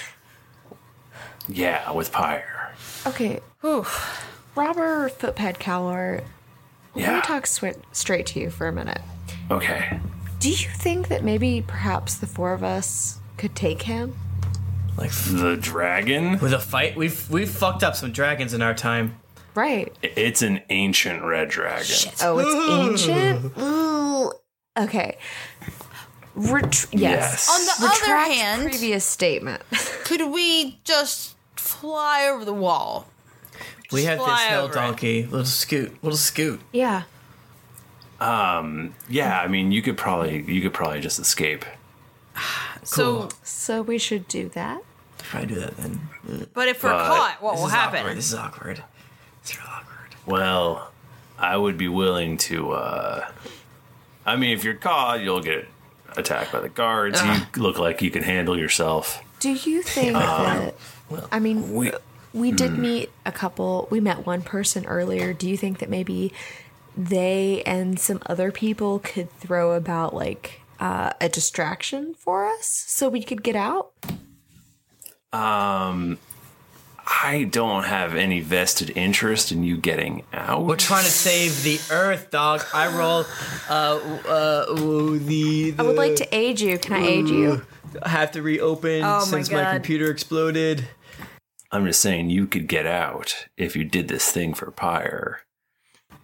Speaker 1: Yeah, with Pyre.
Speaker 2: Okay. Robber Footpad Calor, let
Speaker 1: Yeah.
Speaker 2: me talk swi- straight to you for a minute.
Speaker 1: Okay.
Speaker 2: Do you think that maybe perhaps the four of us could take him?
Speaker 4: Like
Speaker 1: the dragon
Speaker 4: with a fight. We've we've fucked up some dragons in our time.
Speaker 2: Right.
Speaker 1: It's an ancient red dragon.
Speaker 2: Oh, it's ancient? Ooh. Okay. Ret- yes.
Speaker 1: Yes.
Speaker 3: On the other
Speaker 2: Retract
Speaker 3: hand-
Speaker 2: previous statement.
Speaker 3: Could we just fly over the wall?
Speaker 4: We have this
Speaker 3: Fly
Speaker 4: hell
Speaker 3: over it.
Speaker 4: donkey. Little scoot. Little scoot.
Speaker 2: Yeah.
Speaker 1: Um. Yeah. I mean, you could probably you could probably just escape.
Speaker 3: So,
Speaker 2: so we should do that.
Speaker 4: Try to do that then. uh,
Speaker 3: But if we're
Speaker 1: But-
Speaker 3: caught, what
Speaker 1: This
Speaker 3: will
Speaker 1: is
Speaker 3: happen?
Speaker 1: awkward.
Speaker 4: This is awkward.
Speaker 1: Well, I would be willing to. uh I mean, if you're caught, you'll get attacked by the guards. You look like you can handle yourself.
Speaker 2: Do you think
Speaker 1: Um,
Speaker 2: that? I mean, we,
Speaker 1: we-
Speaker 2: did
Speaker 1: Hmm.
Speaker 2: meet a couple. We met one person earlier. Do you think that maybe they and some other people could throw about like uh, a distraction for us so we could get out?
Speaker 1: Um, I don't have any vested interest in you getting out.
Speaker 4: We're trying to save the earth, dog. I roll. Uh, uh, ooh, the,
Speaker 2: I would like to aid you. Can I aid
Speaker 3: Mm.
Speaker 2: you?
Speaker 4: I have to reopen
Speaker 2: Oh my
Speaker 4: since
Speaker 2: God.
Speaker 4: my computer exploded.
Speaker 1: I'm just saying you could get out if you did this thing for Pyre.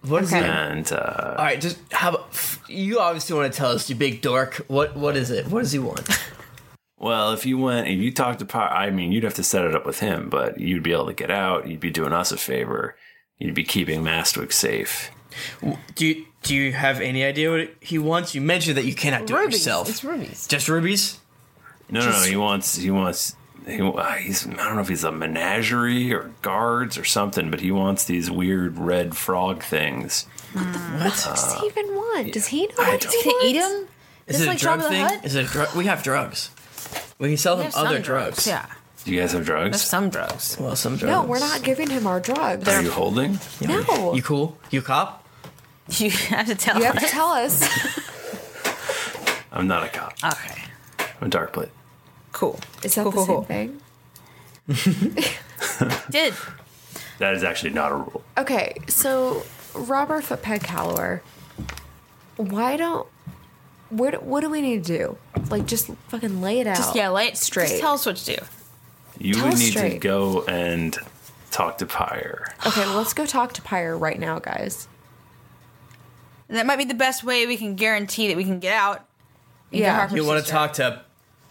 Speaker 4: What is Okay. it?
Speaker 1: And uh,
Speaker 4: All right, just how about you? Obviously, want to tell us, you big dork. What what is it? What does he want?
Speaker 1: Well, if you went and you talked to Power, I mean, you'd have to set it up with him, but you'd be able to get out. You'd be doing us a favor. You'd be keeping Mastwick safe.
Speaker 4: Do you, do you have any idea what he wants? You mentioned that you cannot do
Speaker 3: Rubies.
Speaker 4: it yourself.
Speaker 3: It's rubies.
Speaker 4: Just rubies?
Speaker 1: No, no, no. He wants. He wants. He, uh, he's. I don't know if he's a menagerie or guards or something, but he wants these weird red frog things.
Speaker 2: What the
Speaker 1: What?
Speaker 2: fuck does he even want? Does he know
Speaker 1: I
Speaker 2: what
Speaker 1: don't-
Speaker 2: he
Speaker 3: To eat
Speaker 2: wants?
Speaker 3: him?
Speaker 4: Is
Speaker 3: Just
Speaker 4: it a
Speaker 3: like
Speaker 4: drug
Speaker 3: Jabba the
Speaker 4: thing?
Speaker 3: Hutt?
Speaker 4: Is it a drug? We have drugs. We can sell
Speaker 2: We
Speaker 4: him
Speaker 2: have
Speaker 4: other
Speaker 2: some
Speaker 4: drugs.
Speaker 2: drugs, yeah.
Speaker 1: Do you guys have drugs?
Speaker 4: There's
Speaker 3: some drugs.
Speaker 4: Well, some drugs.
Speaker 2: No, we're not giving him our drugs.
Speaker 1: Are you holding?
Speaker 2: No.
Speaker 4: You cool? You cop?
Speaker 3: You have to tell
Speaker 2: You have
Speaker 3: us.
Speaker 2: to tell us.
Speaker 1: I'm not a cop.
Speaker 3: Okay.
Speaker 1: I'm a darkblade.
Speaker 3: Cool.
Speaker 2: Is that
Speaker 3: Cool,
Speaker 2: the
Speaker 3: cool,
Speaker 2: same
Speaker 3: cool.
Speaker 2: thing?
Speaker 3: Did.
Speaker 1: That is actually not a rule.
Speaker 2: Okay, so Robert Footpeg Callower, why don't. Where do, what do we need to do? Like, just fucking lay it out.
Speaker 3: Just yeah, lay it
Speaker 2: straight.
Speaker 3: Just tell us what to do.
Speaker 1: You
Speaker 2: Tell
Speaker 1: would
Speaker 2: us
Speaker 1: need to
Speaker 2: straight.
Speaker 1: go and talk to Pyre.
Speaker 2: Okay, let's go talk to Pyre right now, guys.
Speaker 3: And that might be the best way we can guarantee that we can get out. and get Harper's
Speaker 4: You want to
Speaker 3: sister.
Speaker 4: talk to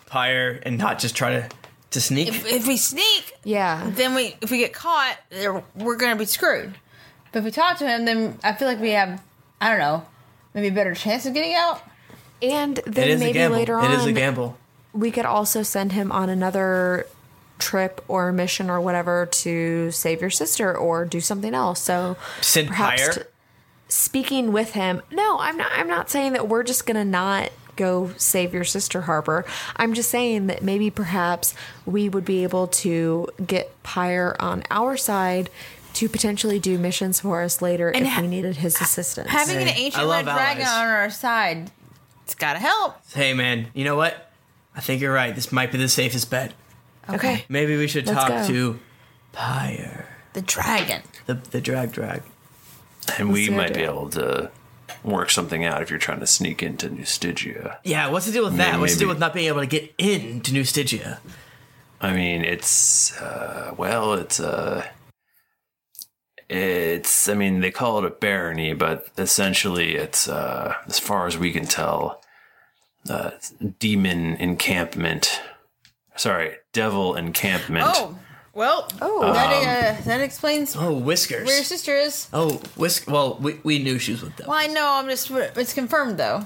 Speaker 4: Pyre and not just try to, to sneak?
Speaker 3: If, if we sneak,
Speaker 2: yeah,
Speaker 3: then we if we get caught, there- we're gonna be screwed. But if we talk to him, then I feel like we have, I don't know, maybe a better chance of getting out.
Speaker 2: And
Speaker 4: it
Speaker 2: then
Speaker 4: is a
Speaker 2: maybe
Speaker 4: gamble.
Speaker 2: later on.
Speaker 4: It is a gamble.
Speaker 2: we could also send him on another trip or mission or whatever to save your sister or do something else. So
Speaker 4: Send
Speaker 2: perhaps
Speaker 4: Pyre?
Speaker 2: t- speaking with him. No, I'm not I'm not saying that we're just going to not go save your sister Harper. I'm just saying that maybe perhaps we would be able to get Pyre on our side to potentially do missions for us later
Speaker 3: And
Speaker 2: if
Speaker 3: ha-
Speaker 2: we needed his assistance.
Speaker 3: Having an ancient red dragon on our side, it's gotta help.
Speaker 4: Hey, man, you know what? I think you're right. This might be the safest bet.
Speaker 3: Okay.
Speaker 4: Maybe we should
Speaker 3: Let's
Speaker 4: talk
Speaker 3: go.
Speaker 4: to Pyre,
Speaker 3: The dragon.
Speaker 4: the, the drag drag.
Speaker 1: And we
Speaker 4: Let's
Speaker 1: might
Speaker 4: do
Speaker 1: be
Speaker 4: it.
Speaker 1: able to work something out if you're trying to sneak into New Stygia.
Speaker 4: Yeah, what's the deal with that?
Speaker 1: Maybe-
Speaker 4: What's the deal with not being able to get into New Stygia?
Speaker 1: I mean, it's uh, well, it's uh, it's. I mean, they call it a barony, but essentially, it's uh, as far as we can tell, uh, demon encampment. Sorry, devil encampment.
Speaker 3: Oh, well,
Speaker 1: Oh.
Speaker 4: Um,
Speaker 3: that, uh, that explains
Speaker 4: Oh,
Speaker 3: where
Speaker 4: whiskers.
Speaker 3: your sister is.
Speaker 4: Oh, whisk. Well, we, we knew she was with them.
Speaker 3: Well, I know, I'm just, it's confirmed though.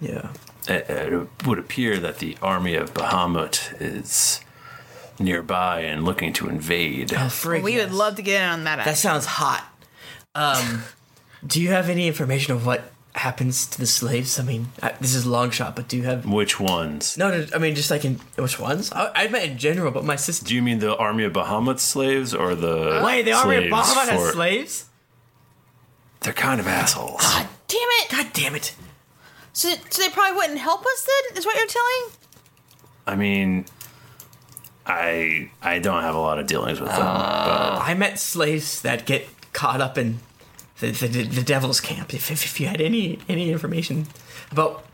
Speaker 4: Yeah.
Speaker 1: It, Uh, it would appear that the army of Bahamut is nearby and looking to invade.
Speaker 4: Oh,
Speaker 3: we would love to get in on Oh, that.
Speaker 4: That sounds hot. Um, do you have any information of what happens to the slaves? I mean, I, this is long shot, but do you have
Speaker 1: which ones?
Speaker 4: No, no. I mean, just like in which ones? I, I meant in general, but my sister.
Speaker 1: Do you mean the army of Bahamut slaves or the
Speaker 4: Wait, the army of
Speaker 1: slaves
Speaker 4: Bahamut has
Speaker 1: for-
Speaker 4: slaves?
Speaker 1: They're kind of assholes.
Speaker 3: Damn it!
Speaker 4: God Ah, damn it!
Speaker 3: So, so they probably wouldn't help us then, is what you're telling?
Speaker 1: I mean, I I don't have a lot of dealings with them.
Speaker 4: Uh, I meant slaves that get caught up in the the, the, the devil's camp. If, if if you had any any information about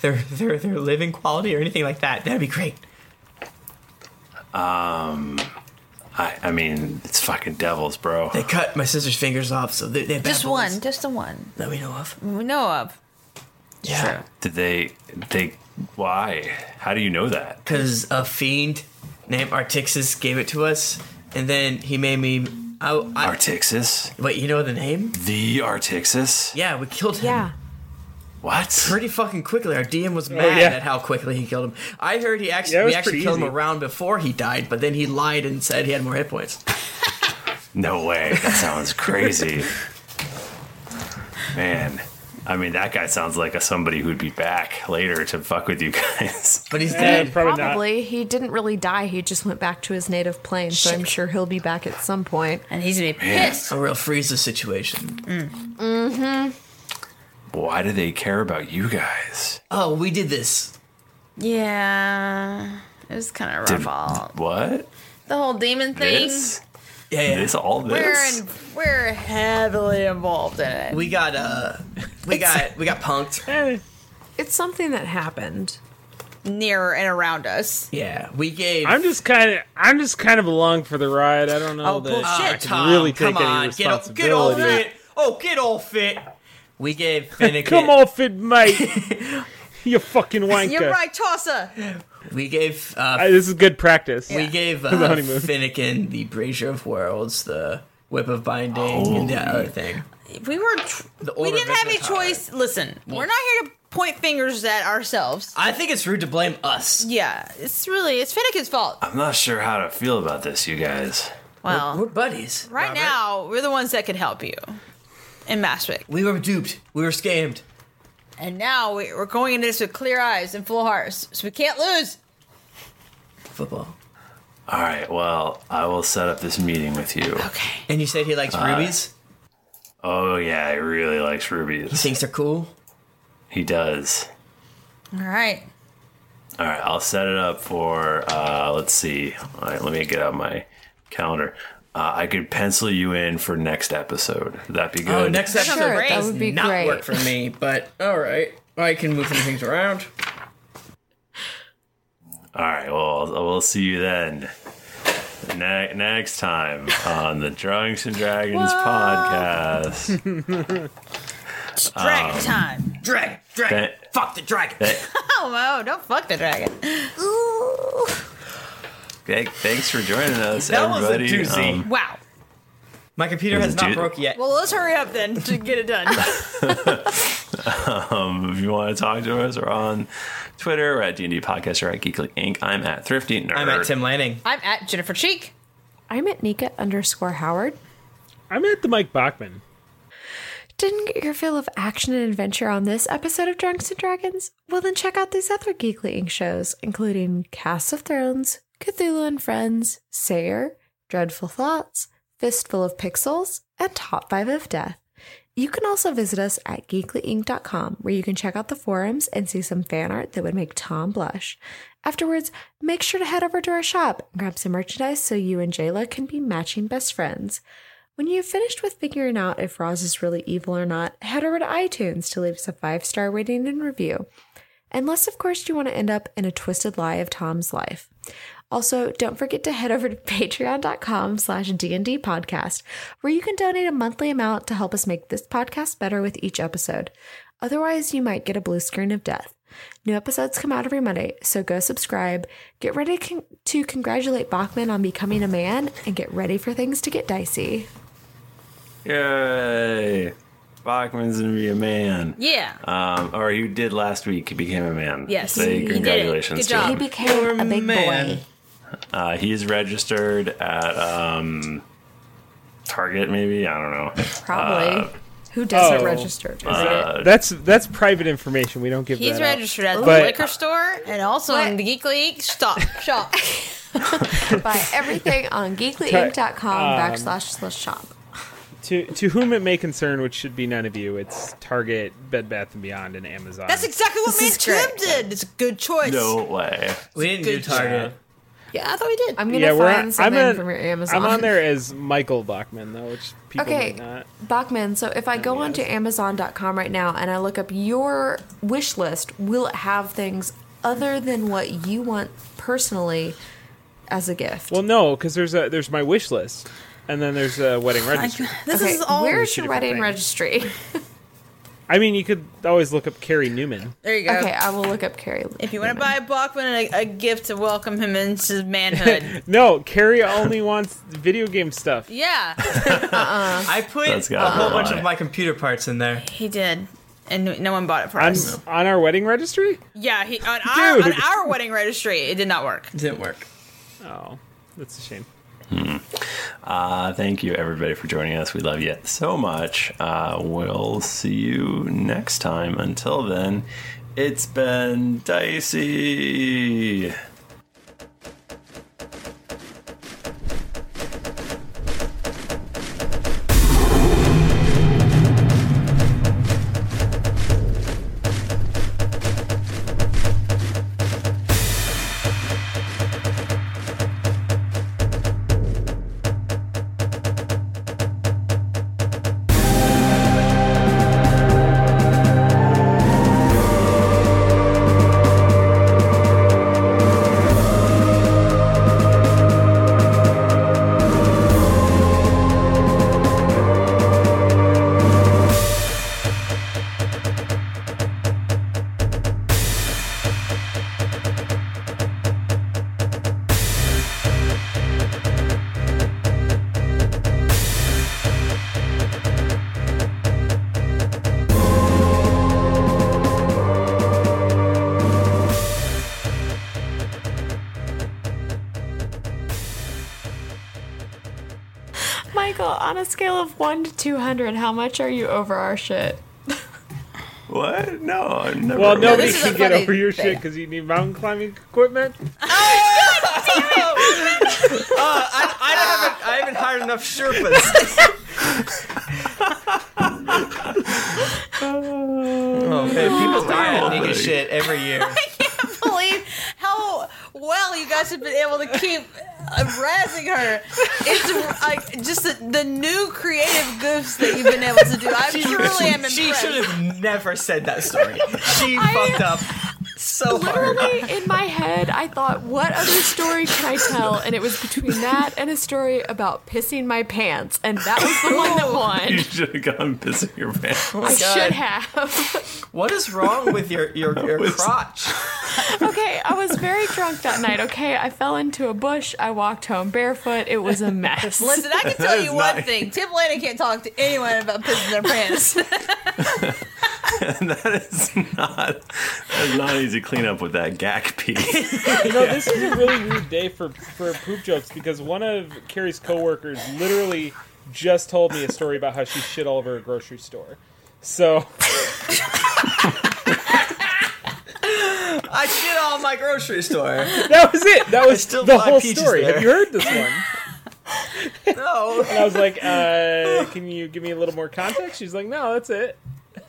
Speaker 4: their their their living quality or anything like that, that'd be great.
Speaker 1: but, um, I I mean it's fucking devils, bro.
Speaker 4: They cut my sister's fingers off, so they they
Speaker 3: Just one, just the one.
Speaker 4: That we know of.
Speaker 3: We know of.
Speaker 4: Yeah.
Speaker 1: Did they they why? How do you know that?
Speaker 4: Because a fiend named Artixis gave it to us, and then he made me. I, I,
Speaker 1: Artixis?
Speaker 4: Wait, you know the name?
Speaker 1: The Artixis?
Speaker 4: Yeah, we killed him. Yeah.
Speaker 1: What?
Speaker 4: Pretty fucking quickly. Our DM was mad
Speaker 1: Oh, yeah.
Speaker 4: at how quickly he killed him. I heard he actually
Speaker 1: Yeah, it
Speaker 4: we
Speaker 1: was
Speaker 4: actually
Speaker 1: pretty
Speaker 4: killed him
Speaker 1: easy.
Speaker 4: a round before he died, but then he lied and said he had more hit points.
Speaker 1: No way. That sounds crazy. Man, I mean that guy sounds like a somebody who'd be back later to fuck with you guys.
Speaker 4: But
Speaker 2: Probably. He didn't really die. He just went back to his native plane. So I'm sure he'll be back at some point.
Speaker 3: And he's going to be
Speaker 4: A real freezer situation.
Speaker 2: Mm hmm.
Speaker 1: Why do they care about you guys?
Speaker 4: Oh, we did this.
Speaker 3: Yeah. It was kind of rough.
Speaker 1: Did- what?
Speaker 3: the whole demon thing.
Speaker 1: This?
Speaker 4: Yeah, yeah.
Speaker 1: This all this?
Speaker 3: We're in, we're heavily involved in it.
Speaker 4: We got uh we got we got punked.
Speaker 2: It's something that happened
Speaker 3: near and around us.
Speaker 4: Yeah, we gave.
Speaker 5: I'm just kind of, I'm just kind of along for the ride. I don't know
Speaker 4: Oh,
Speaker 5: that
Speaker 4: bullshit,
Speaker 5: I can
Speaker 4: Tom,
Speaker 5: really take
Speaker 4: come
Speaker 5: any
Speaker 4: on, Uh, get o-
Speaker 5: responsibility.
Speaker 4: get over it. Oh, get off it. We gave Finnegan.
Speaker 5: Come off it, mate. you fucking wanker.
Speaker 4: uh,
Speaker 3: You're right, Chaucer.
Speaker 4: We gave. Uh,
Speaker 5: I- this is good practice.
Speaker 4: We gave
Speaker 5: The
Speaker 4: uh,
Speaker 5: honeymoon.
Speaker 4: Finnegan the Brazier of Worlds, the Whip of Binding, and that other thing.
Speaker 3: We were. Tr- we
Speaker 4: Order
Speaker 3: didn't have any
Speaker 4: Vizna Tower.
Speaker 3: choice. Listen,
Speaker 4: Well-
Speaker 3: we're not here to point fingers at ourselves.
Speaker 4: I think it's rude to blame us.
Speaker 3: Yeah, it's really it's Finnegan's fault.
Speaker 1: I'm not sure how to feel about this, you guys.
Speaker 3: Well,
Speaker 4: we're, buddies.
Speaker 3: Right now, we're the ones that can help you in Mashwick,
Speaker 4: We were duped. We were scammed.
Speaker 3: and now we- we're going into this with clear eyes and full hearts, so we can't lose.
Speaker 4: Football.
Speaker 1: All right, well, I will set up this meeting with you. Okay.
Speaker 4: And you said he likes rubies?
Speaker 1: Oh, yeah, he really likes rubies. He
Speaker 4: thinks they're cool?
Speaker 1: He does.
Speaker 3: All right.
Speaker 1: All right, I'll set it up for, uh, let's see. All right, let me get out my calendar. Uh, I could pencil you in for next episode. Would that be good?
Speaker 4: Oh, next episode
Speaker 2: Sure, that
Speaker 4: does
Speaker 2: would be
Speaker 4: not
Speaker 2: great.
Speaker 4: work for me, but all right. I can move some things around.
Speaker 1: All right. Well, we'll see you then. Ne- next time on the Drunks and Dragons podcast.
Speaker 3: Dragon
Speaker 1: Um,
Speaker 3: time.
Speaker 4: Dragon, dragon. Fuck the dragon.
Speaker 3: oh no! Don't fuck the dragon.
Speaker 1: Th- thanks for joining us,
Speaker 4: That was a
Speaker 1: everybody. Um,
Speaker 4: doozy.
Speaker 3: Wow.
Speaker 4: My computer
Speaker 1: Is
Speaker 4: has
Speaker 1: it
Speaker 4: not
Speaker 1: due-
Speaker 4: broke yet.
Speaker 3: Well, let's hurry up then to get it done.
Speaker 1: um, if you want to talk to us, we're on Twitter. We're at D&D Podcast. We're at Geekly Inc. I'm at Thrifty Nerd.
Speaker 4: I'm at Tim Lanning.
Speaker 3: I'm at Jennifer Cheek.
Speaker 2: I'm at Nika underscore Howard.
Speaker 5: I'm at the Mike Bachman.
Speaker 2: Didn't get your fill of action and adventure on this episode of Drunks and Dragons? Well, then check out these other Geekly Inc. shows, including Cast of Thrones, Cthulhu and Friends, Sayer, Dreadful Thoughts, Fistful of Pixels, and Top 5 of Death. You can also visit us at geeklyinc.com, where you can check out the forums and see some fan art that would make Tom blush. Afterwards, make sure to head over to our shop and grab some merchandise so you and Jayla can be matching best friends. When you've finished with figuring out if Roz is really evil or not, head over to iTunes to leave us a five star rating and review. Unless, of course, you want to end up in a twisted lie of Tom's life. Also, don't forget to head over to patreon.com slash D&D podcast, where you can donate a monthly amount to help us make this podcast better with each episode. Otherwise, you might get a blue screen of death. New episodes come out every Monday, so go subscribe. Get ready con- to congratulate Bachman on becoming a man, and get ready for things to get dicey.
Speaker 1: Yay! Bachman's gonna be a man.
Speaker 3: Yeah.
Speaker 1: Um, or he did last week. He became a man.
Speaker 3: Yes,
Speaker 1: Say
Speaker 3: he did it.
Speaker 1: congratulations
Speaker 3: Good job.
Speaker 1: to
Speaker 2: He
Speaker 1: him.
Speaker 2: became a big boy.
Speaker 1: Uh, he is registered at um, Target, maybe I don't know.
Speaker 2: Probably.
Speaker 1: Uh,
Speaker 2: Who doesn't
Speaker 5: Oh.
Speaker 2: register? Is
Speaker 1: Uh,
Speaker 5: that's that's private information. We don't give.
Speaker 3: He's
Speaker 5: that out.
Speaker 3: registered at the
Speaker 5: But-
Speaker 3: liquor store and also in the Geekly Inc. stop shop.
Speaker 2: it? Buy everything on geeklyinc.com
Speaker 5: Um,
Speaker 2: backslash slash shop.
Speaker 5: To to whom it may concern, which should be none of you, it's Target, Bed Bath and Beyond, and Amazon.
Speaker 3: That's exactly what me and Tim did. It's a good choice.
Speaker 1: way.
Speaker 4: We didn't
Speaker 5: Good
Speaker 4: do Target.
Speaker 3: Yeah, I thought we did.
Speaker 2: I'm
Speaker 5: yeah, we're on- I'm on-
Speaker 2: from your Amazon.
Speaker 5: I'm on there as Michael Bachman though, which people
Speaker 2: okay,
Speaker 5: might not.
Speaker 2: Bachman. So if I go onto Amazon.com right now and I look up your wish list, will it have things other than what you want personally as a gift?
Speaker 5: Well, no, because there's a there's my wish list, and then there's a wedding registry.
Speaker 2: This is all. Where's your wedding registry?
Speaker 5: I mean, you could always look up Carrie Newman.
Speaker 3: There you go.
Speaker 2: Okay, I will look up Carrie.
Speaker 3: If you want to buy Bachman a, a gift to welcome him into manhood,
Speaker 5: No, Carrie only wants video game stuff.
Speaker 3: yeah, Uh-uh.
Speaker 4: I put
Speaker 5: That's
Speaker 4: a
Speaker 5: gotta
Speaker 4: whole
Speaker 5: be
Speaker 4: bunch
Speaker 5: why.
Speaker 4: of my computer parts in there.
Speaker 3: he did, and no one bought it for
Speaker 5: On,
Speaker 3: us.
Speaker 5: on our wedding registry?
Speaker 3: Yeah, he on our on
Speaker 5: Dude.
Speaker 3: our wedding registry, it did not work.
Speaker 4: Didn't work.
Speaker 5: Oh, that's a shame.
Speaker 1: Hmm. Uh, thank you, everybody, for joining us. We love you so much. Uh, we'll see you next time. Until then, it's been dicey.
Speaker 2: on a scale of one to two hundred, how much are you over our shit?
Speaker 1: What? No, I'm never.
Speaker 5: Well,
Speaker 1: over
Speaker 5: nobody
Speaker 1: it.
Speaker 5: can get over your shit because you need mountain climbing equipment.
Speaker 4: Uh, I haven't, I haven't hired enough Sherpas. oh man, people die on nigga shit every year.
Speaker 3: can't believe how well you guys have been able to keep uh, razzing her. It's like just the, the new creative goofs that you've been able to do. I truly am
Speaker 4: She
Speaker 3: impressed.
Speaker 4: should have never said that story. She fucked up so hard.
Speaker 2: Literally in my head, I thought, what other story can I tell? And it was between that and a story about pissing my pants, and that was the one that
Speaker 1: You
Speaker 2: won.
Speaker 1: should have gone pissing your pants.
Speaker 2: I should have.
Speaker 4: What is wrong with your your, your crotch?
Speaker 2: okay, I was very drunk that night. Okay, I fell into a bush. I walked home barefoot. It was a mess.
Speaker 3: Listen, I can tell you one thing: Tim Lanning can't talk to anyone about pissing their pants.
Speaker 1: And that is not, that's not easy cleanup with that gack pee.
Speaker 5: you know, this is a really weird day for for poop jokes because one of Carrie's coworkers literally just told me a story about how she shit all over a grocery store. So
Speaker 4: I shit all my grocery store.
Speaker 5: that was it. That was
Speaker 4: still
Speaker 5: the
Speaker 4: buy
Speaker 5: whole
Speaker 4: peaches
Speaker 5: story.
Speaker 4: there.
Speaker 5: Have you heard this one?
Speaker 4: no.
Speaker 5: And I was like, uh, "Can you give me a little more context?" She's like, "No, that's it.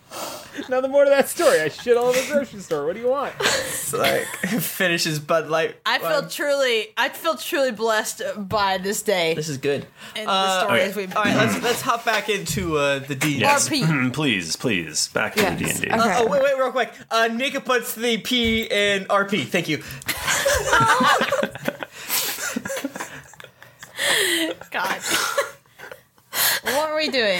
Speaker 5: Nothing more to that story. I shit all over a grocery store. What do you want?"
Speaker 4: It's like finishes Bud Light.
Speaker 3: I feel truly, I feel truly blessed by this day. This
Speaker 4: is good.
Speaker 3: And
Speaker 4: Uh,
Speaker 3: the stories
Speaker 4: okay.
Speaker 3: we've
Speaker 4: All right, let's let's hop back into uh, the D.
Speaker 1: Yes, Hmm, please, please, back to the D and D.
Speaker 4: Uh, oh wait, wait, real quick. Uh, Nika puts the P in RP. Thank you.
Speaker 3: God. what are we doing?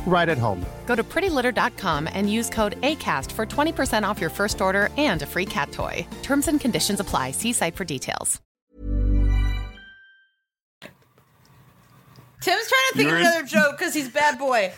Speaker 10: right at home.
Speaker 6: Go to prettylitter.com and use code ACAST for 20% off your first order and a free cat toy. Terms and conditions apply. See site for details.
Speaker 3: Tim's trying to think
Speaker 1: You're
Speaker 3: of
Speaker 1: in-
Speaker 3: another joke because he's bad boy.